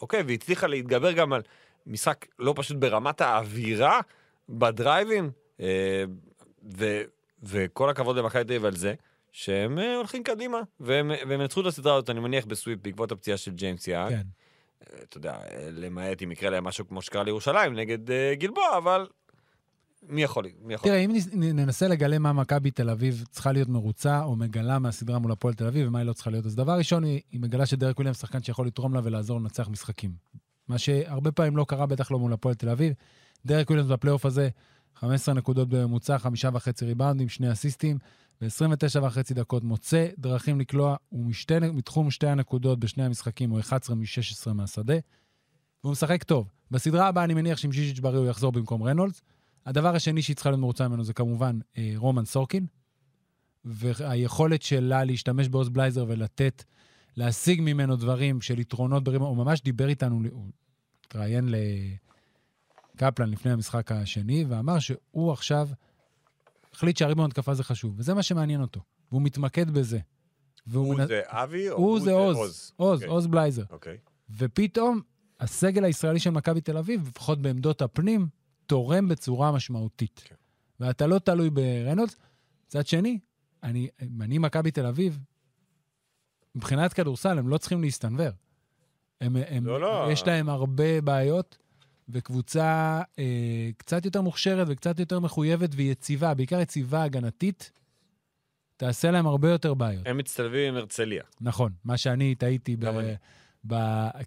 Speaker 3: אוקיי, והיא הצליחה להתגבר גם על משחק לא פשוט ברמת האווירה בדרייבים, אה, ו... וכל הכבוד למכבי תל אביב על זה, שהם אה, הולכים קדימה, והם, והם ינצחו את הסדרה הזאת, אני מניח, בסוויפ בעקבות הפציעה של ג'יימס יאנג.
Speaker 2: כן.
Speaker 3: אתה יודע, למעט אם יקרה להם משהו כמו שקרה לירושלים נגד אה, גלבוע, אבל מי יכול? מי יכול?
Speaker 2: תראה, אם נס- נ- ננסה לגלם מה מכבי תל אביב צריכה להיות מרוצה או מגלה מהסדרה מול הפועל תל אביב ומה היא לא צריכה להיות, אז דבר ראשון, היא היא מגלה שדרק וויליאם שחקן שיכול לתרום לה ולעזור לנצח משחקים. מה שהרבה פעמים לא קרה, בטח לא מול הפועל תל אביב. דרק וויליאמס בפלייאוף הזה, 15 נקודות בממוצע, חמישה וחצי ריבאונדים, שני אסיסטים, ו-29 וחצי דקות מוצא, דרכים לקלוע, הוא משתי, מתחום שתי הנקודות בשני המשחקים, הוא 11 מ-16 מהשדה, והוא משחק טוב. בסדרה הבאה אני מניח שעם ז'יז'יץ' בריא הוא יחזור במקום רנולדס. הדבר השני שהיא צריכה להיות מרוצה ממנו זה כמובן אה, רומן סורקין, והיכולת שלה להשתמש בעוז בלייזר ולתת, להשיג ממנו דברים של יתרונות ברימה, הוא ממש דיבר איתנו, הוא התראיין לקפלן לפני המשחק השני, ואמר שהוא עכשיו החליט שהריבון התקפה זה חשוב, וזה מה שמעניין אותו, והוא מתמקד בזה. והוא
Speaker 3: הוא
Speaker 2: מנ-
Speaker 3: זה אבי או
Speaker 2: הוא זה עוז, עוז,
Speaker 3: אוקיי.
Speaker 2: עוז בלייזר.
Speaker 3: אוקיי.
Speaker 2: ופתאום הסגל הישראלי של מכבי תל אביב, לפחות בעמדות הפנים, תורם בצורה משמעותית.
Speaker 3: כן.
Speaker 2: כן. ואתה לא תלוי ברנולדס. מצד שני, אני, אני מכבי תל אביב, מבחינת כדורסל, הם לא צריכים להסתנוור. הם, הם,
Speaker 3: לא, לא.
Speaker 2: יש להם הרבה בעיות, וקבוצה אה, קצת יותר מוכשרת וקצת יותר מחויבת ויציבה, בעיקר יציבה הגנתית, תעשה להם הרבה יותר בעיות.
Speaker 3: הם מצטלבים עם הרצליה.
Speaker 2: נכון, מה שאני טעיתי ב...
Speaker 3: גם אני.
Speaker 2: ב...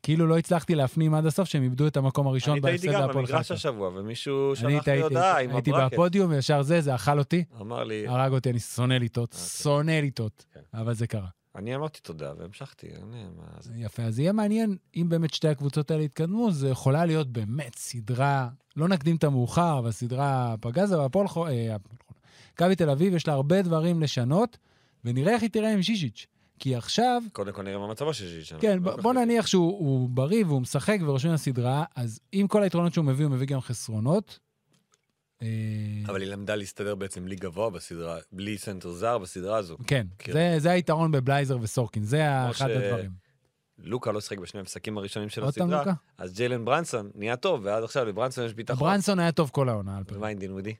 Speaker 2: כאילו לא הצלחתי להפנים עד הסוף שהם איבדו את המקום הראשון
Speaker 3: אני טעיתי
Speaker 2: בהפסד
Speaker 3: גם
Speaker 2: להפועל
Speaker 3: במגרש
Speaker 2: חיפה.
Speaker 3: השבוע, ומישהו
Speaker 2: אני
Speaker 3: שלח לי
Speaker 2: טעיתי,
Speaker 3: הודעה עם
Speaker 2: הייתי אה.
Speaker 3: הברקט.
Speaker 2: בפודיום וישר זה, זה אכל אותי,
Speaker 3: אמר לי,
Speaker 2: הרג אותי, אני שונא לטעות,
Speaker 3: אוקיי.
Speaker 2: שונא לטעות,
Speaker 3: כן.
Speaker 2: אבל זה קרה.
Speaker 3: אני אמרתי תודה והמשכתי, אני, מה זה.
Speaker 2: יפה, אז יהיה מעניין אם באמת שתי הקבוצות האלה יתקדמו, זה יכולה להיות באמת סדרה, לא נקדים את המאוחר, אבל סדרה פגזה והפועל חו... אה, הפועל חו- מכבי תל אביב, יש לה הרבה דברים לשנות, ונראה איך היא תראה עם ז'יז'יץ'. כי עכשיו
Speaker 3: קודם כל נראה מה מצבו של לא שישי.
Speaker 2: כן, ב- בוא נניח שהוא הוא בריא והוא משחק ורושם לסדרה, אז עם כל היתרונות שהוא מביא, הוא מביא גם חסרונות. אה,
Speaker 3: אבל היא למדה להסתדר בעצם בלי גבוה בסדרה, בלי סנטר זר בסדרה הזו.
Speaker 2: כן,
Speaker 3: כן.
Speaker 2: זה- זה היתרון בבלייזר וסורקין, זה ה-
Speaker 3: כמו
Speaker 2: אחד
Speaker 3: ש-
Speaker 2: הדברים.
Speaker 3: לוקה לא שיחק בשני המשחקים הראשונים של
Speaker 2: עוד פעם
Speaker 3: הסדרה,
Speaker 2: לוקה?
Speaker 3: אז ג'יילן ברנסון נהיה טוב, ועד עכשיו לברנסון יש ביטחון.
Speaker 2: ברנסון היה טוב כל העונה, על פניו.
Speaker 3: ומה עם דינודי?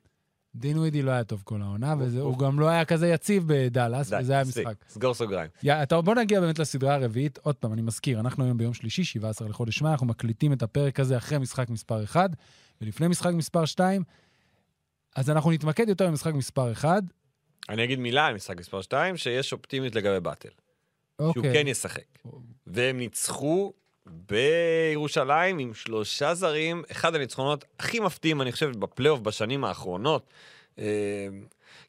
Speaker 2: דין ווידי לא היה טוב כל העונה,
Speaker 3: הוא-
Speaker 2: והוא
Speaker 3: הוא-
Speaker 2: גם לא היה כזה יציב בדאלאס,
Speaker 3: די,
Speaker 2: וזה היה
Speaker 3: מספיק.
Speaker 2: משחק.
Speaker 3: סגור סוגריים.
Speaker 2: יא, אתה- בוא נגיע באמת לסדרה הרביעית. עוד פעם, אני מזכיר, אנחנו היום ביום שלישי, 17 לחודש מאי, אנחנו מקליטים את הפרק הזה אחרי משחק מספר 1, ולפני משחק מספר 2, אז אנחנו נתמקד יותר במשחק מספר 1.
Speaker 3: אני אגיד מילה על משחק מספר 2, שיש אופטימית לגבי באטל. שהוא
Speaker 2: אוקיי.
Speaker 3: כן ישחק. והם ניצחו בירושלים עם שלושה זרים, אחד הניצחונות הכי מפתיעים, אני חושב, בפלייאוף בשנים האחרונות.
Speaker 2: נכון.
Speaker 3: אה,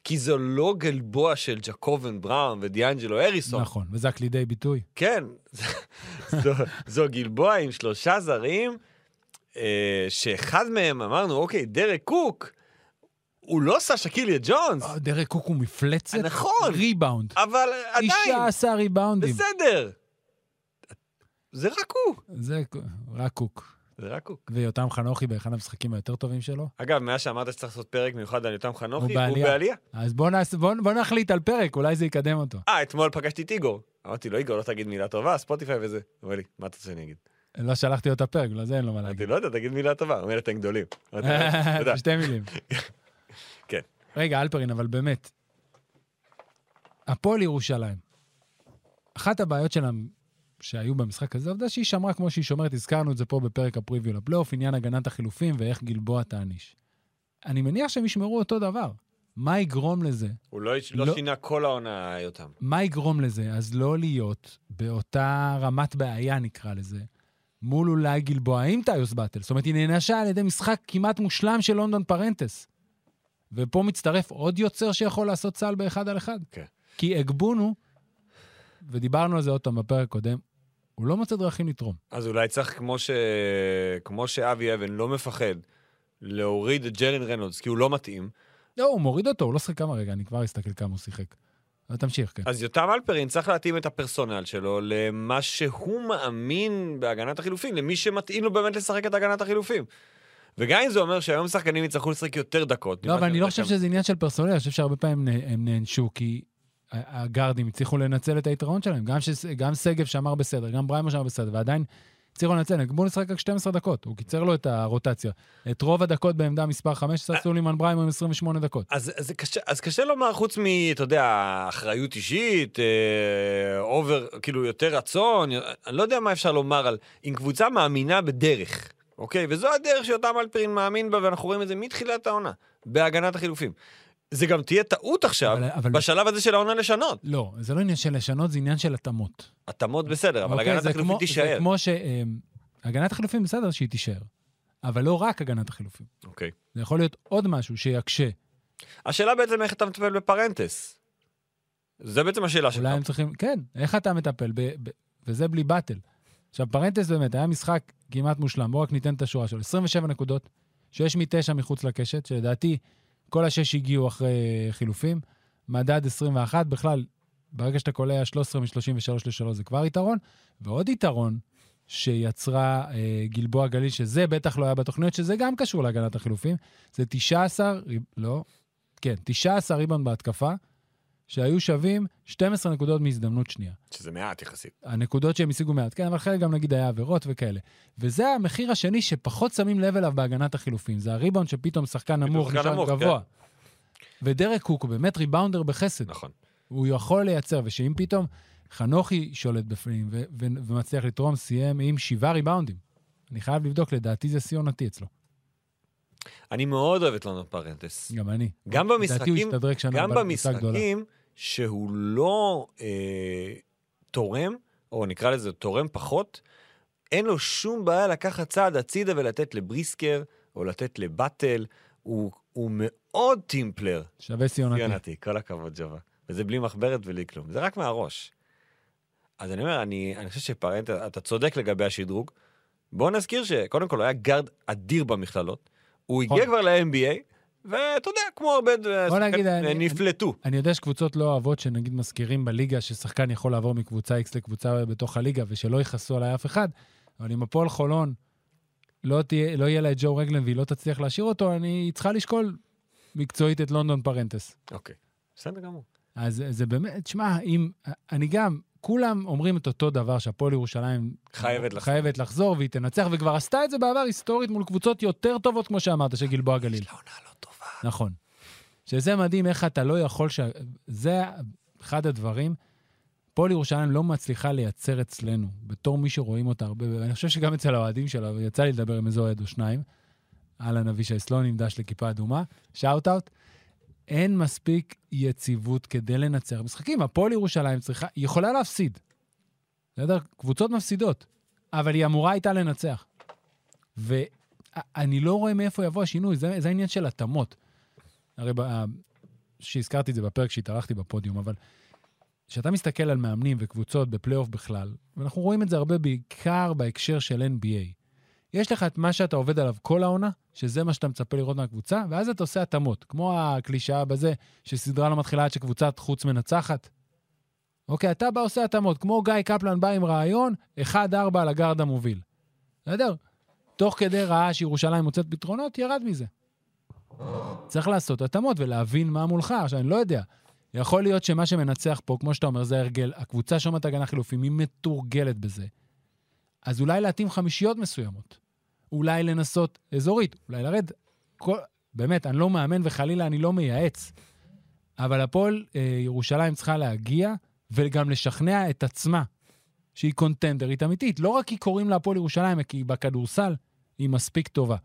Speaker 3: כי זו לא גלבוע של ג'קובן בראון ודיאנג'לו אריסון.
Speaker 2: נכון, וזה רק לידי ביטוי.
Speaker 3: כן, זו, זו גלבוע עם שלושה זרים, אה, שאחד מהם אמרנו, אוקיי, דרק קוק, הוא לא סשה קיליה ג'ונס,
Speaker 2: אה, דרק קוק הוא מפלצת.
Speaker 3: נכון.
Speaker 2: ריבאונד.
Speaker 3: אבל עדיין,
Speaker 2: 19 ריבאונדים.
Speaker 3: בסדר. זה רק הוא.
Speaker 2: זה רק קוק.
Speaker 3: זה רק הוא.
Speaker 2: ויותם חנוכי באחד המשחקים היותר טובים שלו.
Speaker 3: אגב, מאז שאמרת שצריך לעשות פרק מיוחד על יותם חנוכי,
Speaker 2: הוא
Speaker 3: הוא
Speaker 2: בעלייה.
Speaker 3: בעלייה.
Speaker 2: אז בוא נעשה- בוא- בוא נחליט על פרק, אולי זה יקדם אותו.
Speaker 3: אה, אתמול פגשתי את איגור. אמרתי לו, איגור, לא תגיד מילה טובה, ספוטיפיי וזה. הוא אומר לי, מה אתה רוצה שאני אגיד?
Speaker 2: לא שלחתי לו את הפרק, בגלל זה אין לו מה
Speaker 3: אמרתי,
Speaker 2: להגיד.
Speaker 3: לא יודע, תגיד מילה טובה. הוא אומר, אתם גדולים. אמרתי "לא, לו, תודה.
Speaker 2: בשתי מילים.
Speaker 3: כן.
Speaker 2: רגע, אלפרין, אבל באמת, הפועל ירושלים, אחת הבעיות שלה שהיו במשחק הזה, העובדה שהיא שמרה כמו שהיא שומרת, הזכרנו את זה פה בפרק הפריוויו לפלייאוף, עניין הגנת החילופים ואיך גלבוע תעניש. אני מניח שהם ישמרו אותו דבר. מה יגרום לזה?
Speaker 3: הוא לא יש- לא
Speaker 2: לא.
Speaker 3: שינה כל העונה, יותם.
Speaker 2: מה יגרום לזה? אז לא להיות באותה רמת בעיה, נקרא לזה, מול אולי גלבוע עם טיוס באטל. זאת אומרת, היא נענשה על ידי משחק כמעט מושלם של לונדון פרנטס. ופה מצטרף עוד יוצר שיכול לעשות סל באחד על אחד.
Speaker 3: כן.
Speaker 2: כי הגבונו, ודיברנו על זה עוד פעם בפרק הקודם, הוא לא מוצא דרכים לתרום.
Speaker 3: אז אולי צריך, כמו ש- כמו שאבי אבן לא מפחד להוריד את ג'לן רנולדס, כי הוא לא מתאים.
Speaker 2: לא, הוא מוריד אותו, הוא לא שחק כמה רגע, אני כבר אסתכל כמה הוא שיחק. אבל תמשיך, כן.
Speaker 3: אז יותם אלפרין צריך להתאים את הפרסונל שלו למה שהוא מאמין בהגנת החילופים, למי שמתאים לו באמת לשחק את הגנת החילופים. וגם אם זה אומר שהיום שחקנים יצטרכו לשחק יותר דקות.
Speaker 2: לא,
Speaker 3: ממה
Speaker 2: אבל אני לא
Speaker 3: שאתה
Speaker 2: חושב
Speaker 3: חושב.
Speaker 2: שזה עניין של פרסונל, אני חושב שהרבה פעמים נה- הם נענשו, כי ה- הגארדים הצליחו לנצל את היתרון שלהם. גם שס- גם שגב שמר בסדר, גם בריימו שמר בסדר, ועדיין הצליחו לנצל. הם בואו נשחק רק 12 דקות, הוא קיצר לו את הרוטציה. את רוב הדקות בעמדה מספר 15, סולימן בריימו עם 28 דקות.
Speaker 3: אז, אז, קשה, אז קשה לומר, חוץ מ, אתה יודע, אחריות אישית, אה, אובר, כאילו יותר רצון, אה, אני לא יודע מה אפשר לומר על... אם קבוצה מאמינה בדרך, אוקיי? וזו הדרך שיותם אלפרין מאמין בה, ואנחנו רואים את זה מתחילת העונה, בהגנת החילופים. זה גם תהיה טעות עכשיו,
Speaker 2: אבל- אבל-
Speaker 3: בשלב הזה של העונה לשנות.
Speaker 2: לא, זה לא עניין של לשנות, זה עניין של התאמות.
Speaker 3: התאמות בסדר, אבל
Speaker 2: אוקיי?
Speaker 3: הגנת
Speaker 2: זה
Speaker 3: החילופים
Speaker 2: כמו- זה
Speaker 3: תישאר.
Speaker 2: כמו ש... אמ, הגנת החילופים בסדר שהיא תישאר, אבל לא רק הגנת החילופים.
Speaker 3: אוקיי.
Speaker 2: זה יכול להיות עוד משהו שיקשה.
Speaker 3: השאלה בעצם איך אתה מטפל בפרנטס. זה בעצם השאלה שלך.
Speaker 2: אולי הם צריכים, כן, איך אתה מטפל? ב, ב, וזה בלי באטל. עכשיו, פרנטס באמת, היה משחק כמעט מושלם, בואו רק ניתן את השורה שלו. 27 נקודות, 6 מ-9 מחוץ לקשת, שלדעתי כל השש הגיעו אחרי אה, חילופים. מדד 21, בכלל, ברגע שאתה קולע 13 מ-33 ל-3 זה כבר יתרון. ועוד יתרון שיצרה אה, גלבוע גליל, שזה בטח לא היה בתוכניות, שזה גם קשור להגנת החילופים, זה 19, ריב- לא, כן, 19 ריבון בהתקפה, שהיו שווים 12 נקודות מהזדמנות שנייה.
Speaker 3: שזה מעט יחסית.
Speaker 2: הנקודות שהם השיגו מעט, כן, אבל חלק גם נגיד היה עבירות וכאלה. וזה המחיר השני שפחות שמים לב אליו בהגנת החילופים, זה הריבאונד שפתאום שחקן נמוך
Speaker 3: שחקן
Speaker 2: נשאר
Speaker 3: נמוך,
Speaker 2: גבוה. ודרק קוק הוא באמת ריבאונדר בחסד,
Speaker 3: נכון.
Speaker 2: הוא יכול לייצר, ושאם פתאום חנוכי שולט בפנים ו- ו- ומצליח לתרום, סיים עם שבעה ריבאונדים. אני חייב לבדוק, לדעתי זה שיא עונתי אצלו,
Speaker 3: אני מאוד אוהב את לונדון פרנטס.
Speaker 2: גם אני.
Speaker 3: גם
Speaker 2: לדעתי הוא
Speaker 3: במשחקים,
Speaker 2: ישתדרג שנה
Speaker 3: גם
Speaker 2: הבאה לקבוצה גדולה.
Speaker 3: במשחקים שהוא לא אה, תורם, או נקרא לזה תורם פחות, אין לו שום בעיה לקחת צעד הצידה ולתת לבריסקר, או לתת לבטל. הוא, הוא מאוד טימפלר.
Speaker 2: שווה שיא עונתי.
Speaker 3: יונתי, כל הכבוד, ג'ובה. וזה בלי מחברת ובלי כלום, זה רק מהראש. אז אני אומר, אני, אני חושב שפרנט, אתה צודק לגבי השדרוג. בוא נזכיר שקודם כל הוא היה גארד אדיר במכללות, הוא הגיע
Speaker 2: נכון.
Speaker 3: כבר ל-NBA, ואתה יודע, כמו הרבה אה,
Speaker 2: בוא נגיד,
Speaker 3: שחקנים, אה,
Speaker 2: אני-
Speaker 3: נפלטו.
Speaker 2: אני יודע שקבוצות לא אוהבות שנגיד מזכירים בליגה ששחקן יכול לעבור מקבוצה X לקבוצה בתוך הליגה ושלא יכעסו עליי אף אחד, אבל אם הפועל חולון לא, תהיה, לא יהיה לה את ג'ו רגלן והיא לא תצליח להשאיר אותו, אני היא צריכה לשקול מקצועית את לונדון פרנטס.
Speaker 3: אוקיי, בסדר גמור.
Speaker 2: אז זה באמת, תשמע, אם, אני גם, כולם אומרים את אותו דבר שהפועל ירושלים
Speaker 3: חייבת לחזור.
Speaker 2: חייבת לחזור והיא תנצח, וכבר עשתה את זה בעבר היסטורית מול קבוצות יותר טובות, כמו שאמרת, של גלבוע גליל.
Speaker 3: יש לה עונה לא טובה.
Speaker 2: נכון. שזה מדהים איך אתה לא יכול ש... זה אחד הדברים. פועל ירושלים לא מצליחה לייצר אצלנו, בתור מי שרואים אותה הרבה, ואני חושב שגם אצל האוהדים שלה, ויצא לי לדבר עם איזה אוהד או שניים, אהלן אבישי סלון עם דש לכיפה אדומה, שאוט אאוט. אין מספיק יציבות כדי לנצח משחקים. הפועל ירושלים צריכה, היא יכולה להפסיד. בסדר? קבוצות מפסידות, אבל היא אמורה הייתה לנצח. ואני לא רואה מאיפה יבוא השינוי, זה, זה העניין של התאמות. הרי ב- ה- שהזכרתי את זה בפרק שהתארחתי בפודיום, אבל כשאתה מסתכל על מאמנים וקבוצות בפלייאוף בכלל, ואנחנו רואים את זה הרבה בעיקר בהקשר של NBA, יש לך את מה שאתה עובד עליו כל העונה, שזה מה שאתה מצפה לראות מהקבוצה, ואז אתה עושה התאמות, כמו הקלישאה בזה שסדרה לא מתחילה עד שקבוצת חוץ מנצחת. אוקיי, אתה בא עושה התאמות, כמו גיא קפלן בא עם רעיון, 1-4 על הגארד המוביל. בסדר? תוך כדי ראה שירושלים מוצאת פתרונות, ירד מזה. צריך לעשות התאמות ולהבין מה מולך. עכשיו, אני לא יודע. יכול להיות שמה שמנצח פה, כמו שאתה אומר, זה ההרגל. הקבוצה שומעת הגנה חילופים, היא מתורגלת בזה. אז אולי להתאים חמישיות מסוימות. אולי לנסות אזורית, אולי לרד. כל... באמת, אני לא מאמן וחלילה אני לא מייעץ. אבל הפועל אה, ירושלים צריכה להגיע וגם לשכנע את עצמה שהיא קונטנדרית אמיתית. לא רק כי קוראים לה הפועל ירושלים, כי בכדורסל היא מספיק טובה.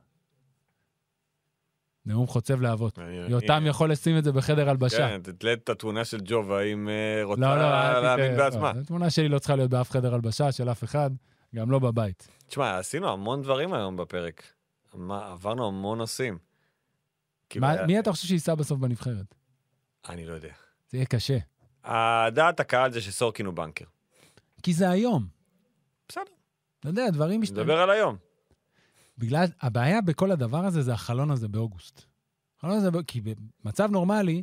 Speaker 2: נאום חוצב להבות. יותם יכול לשים את זה בחדר הלבשה.
Speaker 3: אה, כן, תתלה את התמונה של ג'ובה אם אה, רוצה
Speaker 2: לא, לא, אל
Speaker 3: להאמין
Speaker 2: תטעה.
Speaker 3: בעצמה.
Speaker 2: לא, התמונה שלי לא צריכה להיות באף חדר הלבשה של אף אחד, גם לא בבית.
Speaker 3: תשמע, עשינו המון דברים היום בפרק. מה, עברנו המון נושאים. כאילו,
Speaker 2: מה-
Speaker 3: היה-
Speaker 2: מי אתה חושב שייסע בסוף בנבחרת?
Speaker 3: אני לא יודע.
Speaker 2: זה יהיה קשה.
Speaker 3: הדעת הקהל זה שסורקין הוא בנקר.
Speaker 2: כי זה היום.
Speaker 3: בסדר.
Speaker 2: אתה יודע, דברים
Speaker 3: אני
Speaker 2: משתנים.
Speaker 3: מדבר על היום.
Speaker 2: בגלל, הבעיה בכל הדבר הזה זה החלון הזה באוגוסט. החלון הזה, ב- כי במצב נורמלי,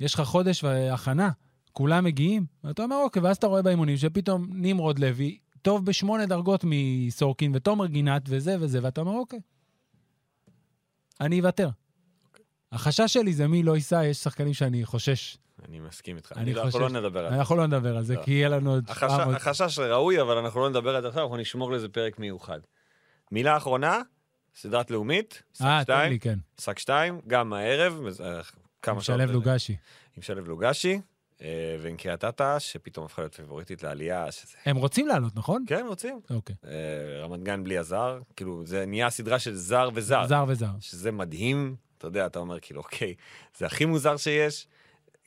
Speaker 2: יש לך חודש הכנה, כולם מגיעים, ואתה אומר, אוקיי, ואז אתה רואה באימונים שפתאום נמרוד לוי טוב בשמונה דרגות מסורקין, ותומר גינת, וזה וזה, ואתה אומר, אוקיי, אני אוותר. החשש שלי זה מי לא ייסע, יש שחקנים שאני חושש.
Speaker 3: אני מסכים איתך.
Speaker 2: אני
Speaker 3: אני לא- אנחנו לא
Speaker 2: חושש-
Speaker 3: נדבר על זה.
Speaker 2: אנחנו לא נדבר על זה,
Speaker 3: לא.
Speaker 2: כי יהיה לנו עוד
Speaker 3: החש-
Speaker 2: 700...
Speaker 3: החשש ראוי, אבל אנחנו לא נדבר על זה עכשיו, אנחנו נשמור לזה פרק מיוחד. מילה אחרונה, סדרת לאומית, שק
Speaker 2: אה, תן לי,
Speaker 3: שתיים,
Speaker 2: כן.
Speaker 3: שק שתיים, גם הערב, וזה, אה, כמה שעות.
Speaker 2: שלו
Speaker 3: זה.
Speaker 2: לוגשי.
Speaker 3: עם שלו לוגשי, אה, ועם טאטה, שפתאום הפכה להיות פיבוריטית לעלייה, שזה...
Speaker 2: הם רוצים לעלות, נכון?
Speaker 3: כן, רוצים.
Speaker 2: אוקיי.
Speaker 3: אה, רמת גן בלי הזר, כאילו, זה נהיה סדרה של זר וזר.
Speaker 2: זר וזר.
Speaker 3: שזה מדהים, אתה יודע, אתה אומר כאילו, אוקיי, זה הכי מוזר שיש,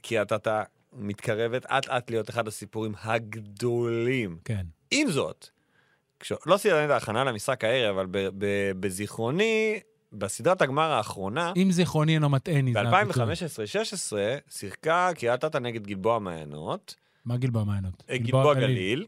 Speaker 3: כי אתה, אתה מתקרבת אט-אט להיות אחד הסיפורים הגדולים.
Speaker 2: כן.
Speaker 3: עם זאת, כש... לא סיימתי את ההכנה למשחק הערב, אבל ב- ב- בזיכרוני, בסדרת הגמר האחרונה,
Speaker 2: אם זיכרוני אינו מטעני, זה הביטוי.
Speaker 3: ב-2015-2016, שיחקה קריית אתא נגד גלבוע מעיינות,
Speaker 2: מה גלבוע מעיינות?
Speaker 3: אה, גלבוע גליל,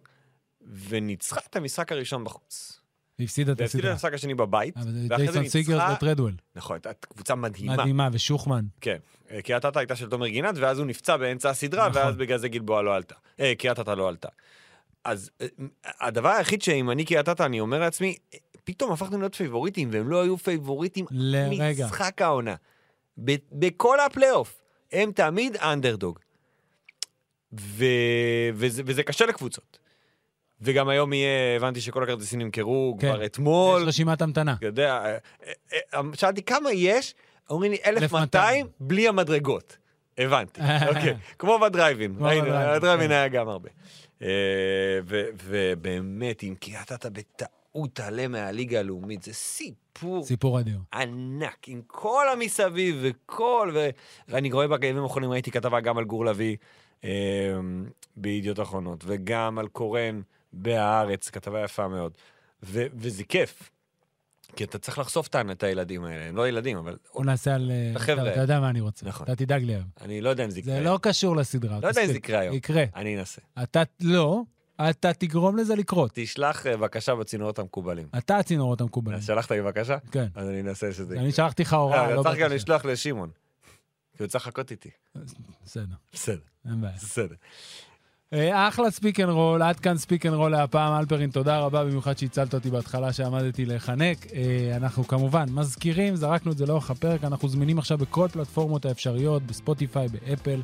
Speaker 3: וניצחה את המשחק הראשון בחוץ.
Speaker 2: והפסידה את
Speaker 3: והפסידה את
Speaker 2: הסדרה.
Speaker 3: המשחק השני בבית,
Speaker 2: אבל זה
Speaker 3: ואחרי זה
Speaker 2: ג'ייסון סיגרס
Speaker 3: ניצחה...
Speaker 2: וטרדוול.
Speaker 3: נכון, הייתה קבוצה מדהימה.
Speaker 2: מדהימה, ושוחמן.
Speaker 3: כן, אה, קריית אתא הייתה של תומר גינת, ואז הוא נפצע באמצע הסדרה,
Speaker 2: נכון.
Speaker 3: ואז בגלל זה גלבוע לא עלתה. אה, קריית אתא לא עלתה. אז אה, הדבר היחיד שאם אני קריית אתא, אני אומר לעצמי, אה, פתאום הפכתם להיות פייבוריטים, והם לא היו פייבוריטים
Speaker 2: לרגע.
Speaker 3: משחק העונה. ב- בכל הפלייאוף, הם תמיד אנדרדוג. ו... וזה, וזה קשה לקבוצות. וגם היום יהיה, הבנתי שכל הכרטיסים נמכרו
Speaker 2: כן.
Speaker 3: כבר אתמול.
Speaker 2: יש רשימת המתנה.
Speaker 3: אתה יודע, אה, אה, אה, שאלתי כמה יש, אומרים לי
Speaker 2: 1200.
Speaker 3: 1200 בלי המדרגות. הבנתי, אוקיי. כמו בדרייבין,
Speaker 2: כמו
Speaker 3: ראינו,
Speaker 2: בדרייבין,
Speaker 3: בדרייבין
Speaker 2: כן.
Speaker 3: היה גם הרבה. אה, ו- ובאמת, אם קריית אתא בטעות תעלה מהליגה הלאומית, זה סיפור
Speaker 2: סיפור אדיר.
Speaker 3: ענק, עם כל המסביב וכל... ו- ואני רואה בימים האחרונים, ראיתי כתבה גם על גור לביא אה, בידיעות אחרונות, וגם על קורן בהארץ, כתבה יפה מאוד. ו- וזה כיף, כי אתה צריך לחשוף את ה- את הילדים האלה, הם לא ילדים, אבל
Speaker 2: בוא נעשה על... אה,
Speaker 3: לחבר'ה.
Speaker 2: אתה- אתה יודע מה אני רוצה.
Speaker 3: נכון.
Speaker 2: אתה תדאג לי. אבל.
Speaker 3: אני לא יודע אם זה יקרה.
Speaker 2: זה לא קשור לסדרה.
Speaker 3: לא יודע אם זה
Speaker 2: תספיק.
Speaker 3: יקרה היום.
Speaker 2: יקרה.
Speaker 3: אני אנסה.
Speaker 2: אתה לא, אתה תגרום לזה לקרות.
Speaker 3: תשלח אה, בקשה בצינורות המקובלים.
Speaker 2: אתה הצינורות המקובלים.
Speaker 3: אז שלחת לי בקשה?
Speaker 2: כן.
Speaker 3: אז אני אנסה שזה יקרה.
Speaker 2: אני שלחתי לך הוראה,
Speaker 3: אה,
Speaker 2: לא
Speaker 3: צריך גם
Speaker 2: בקשה.
Speaker 3: לשלוח לשמעון, כי הוא צריך לחכות איתי.
Speaker 2: בסדר,
Speaker 3: בסדר,
Speaker 2: אין בעיה.
Speaker 3: בסדר.
Speaker 2: אה, אחלה ספיק אנד רול, עד כאן ספיק אנד רול להפעם. אלפרין, תודה רבה, במיוחד שהצלת אותי בהתחלה שעמדתי להיחנק. אה, אנחנו כמובן מזכירים, זרקנו את זה לאורך הפרק, אנחנו זמינים עכשיו בכל פלטפורמות האפשריות, בספוטיפיי, באפל.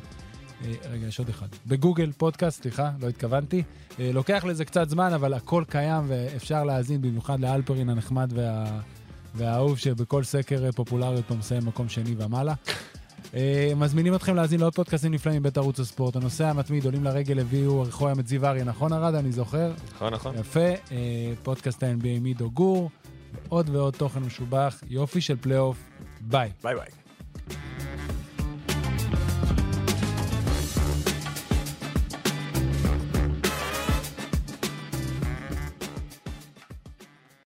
Speaker 2: אה, רגע, יש עוד אחד. בגוגל פודקאסט, סליחה, לא התכוונתי. אה, לוקח לזה קצת זמן, אבל הכל קיים ואפשר להאזין, במיוחד לאלפרין הנחמד וה... והאהוב שבכל סקר אה, פופולריות פה מסיים מקום שני ומעלה. אה, מזמינים אתכם להאזין לעוד פודקאסטים נפלאים מבית ערוץ הספורט. הנוסע המתמיד, עולים לרגל, הביאו ערכו היה את זיו אריה, נכון ארד? אני זוכר.
Speaker 3: נכון, נכון.
Speaker 2: יפה. אה, פודקאסט ה-NBA מידו גור, ועוד ועוד תוכן משובח. יופי של פלייאוף. ביי.
Speaker 3: ביי ביי.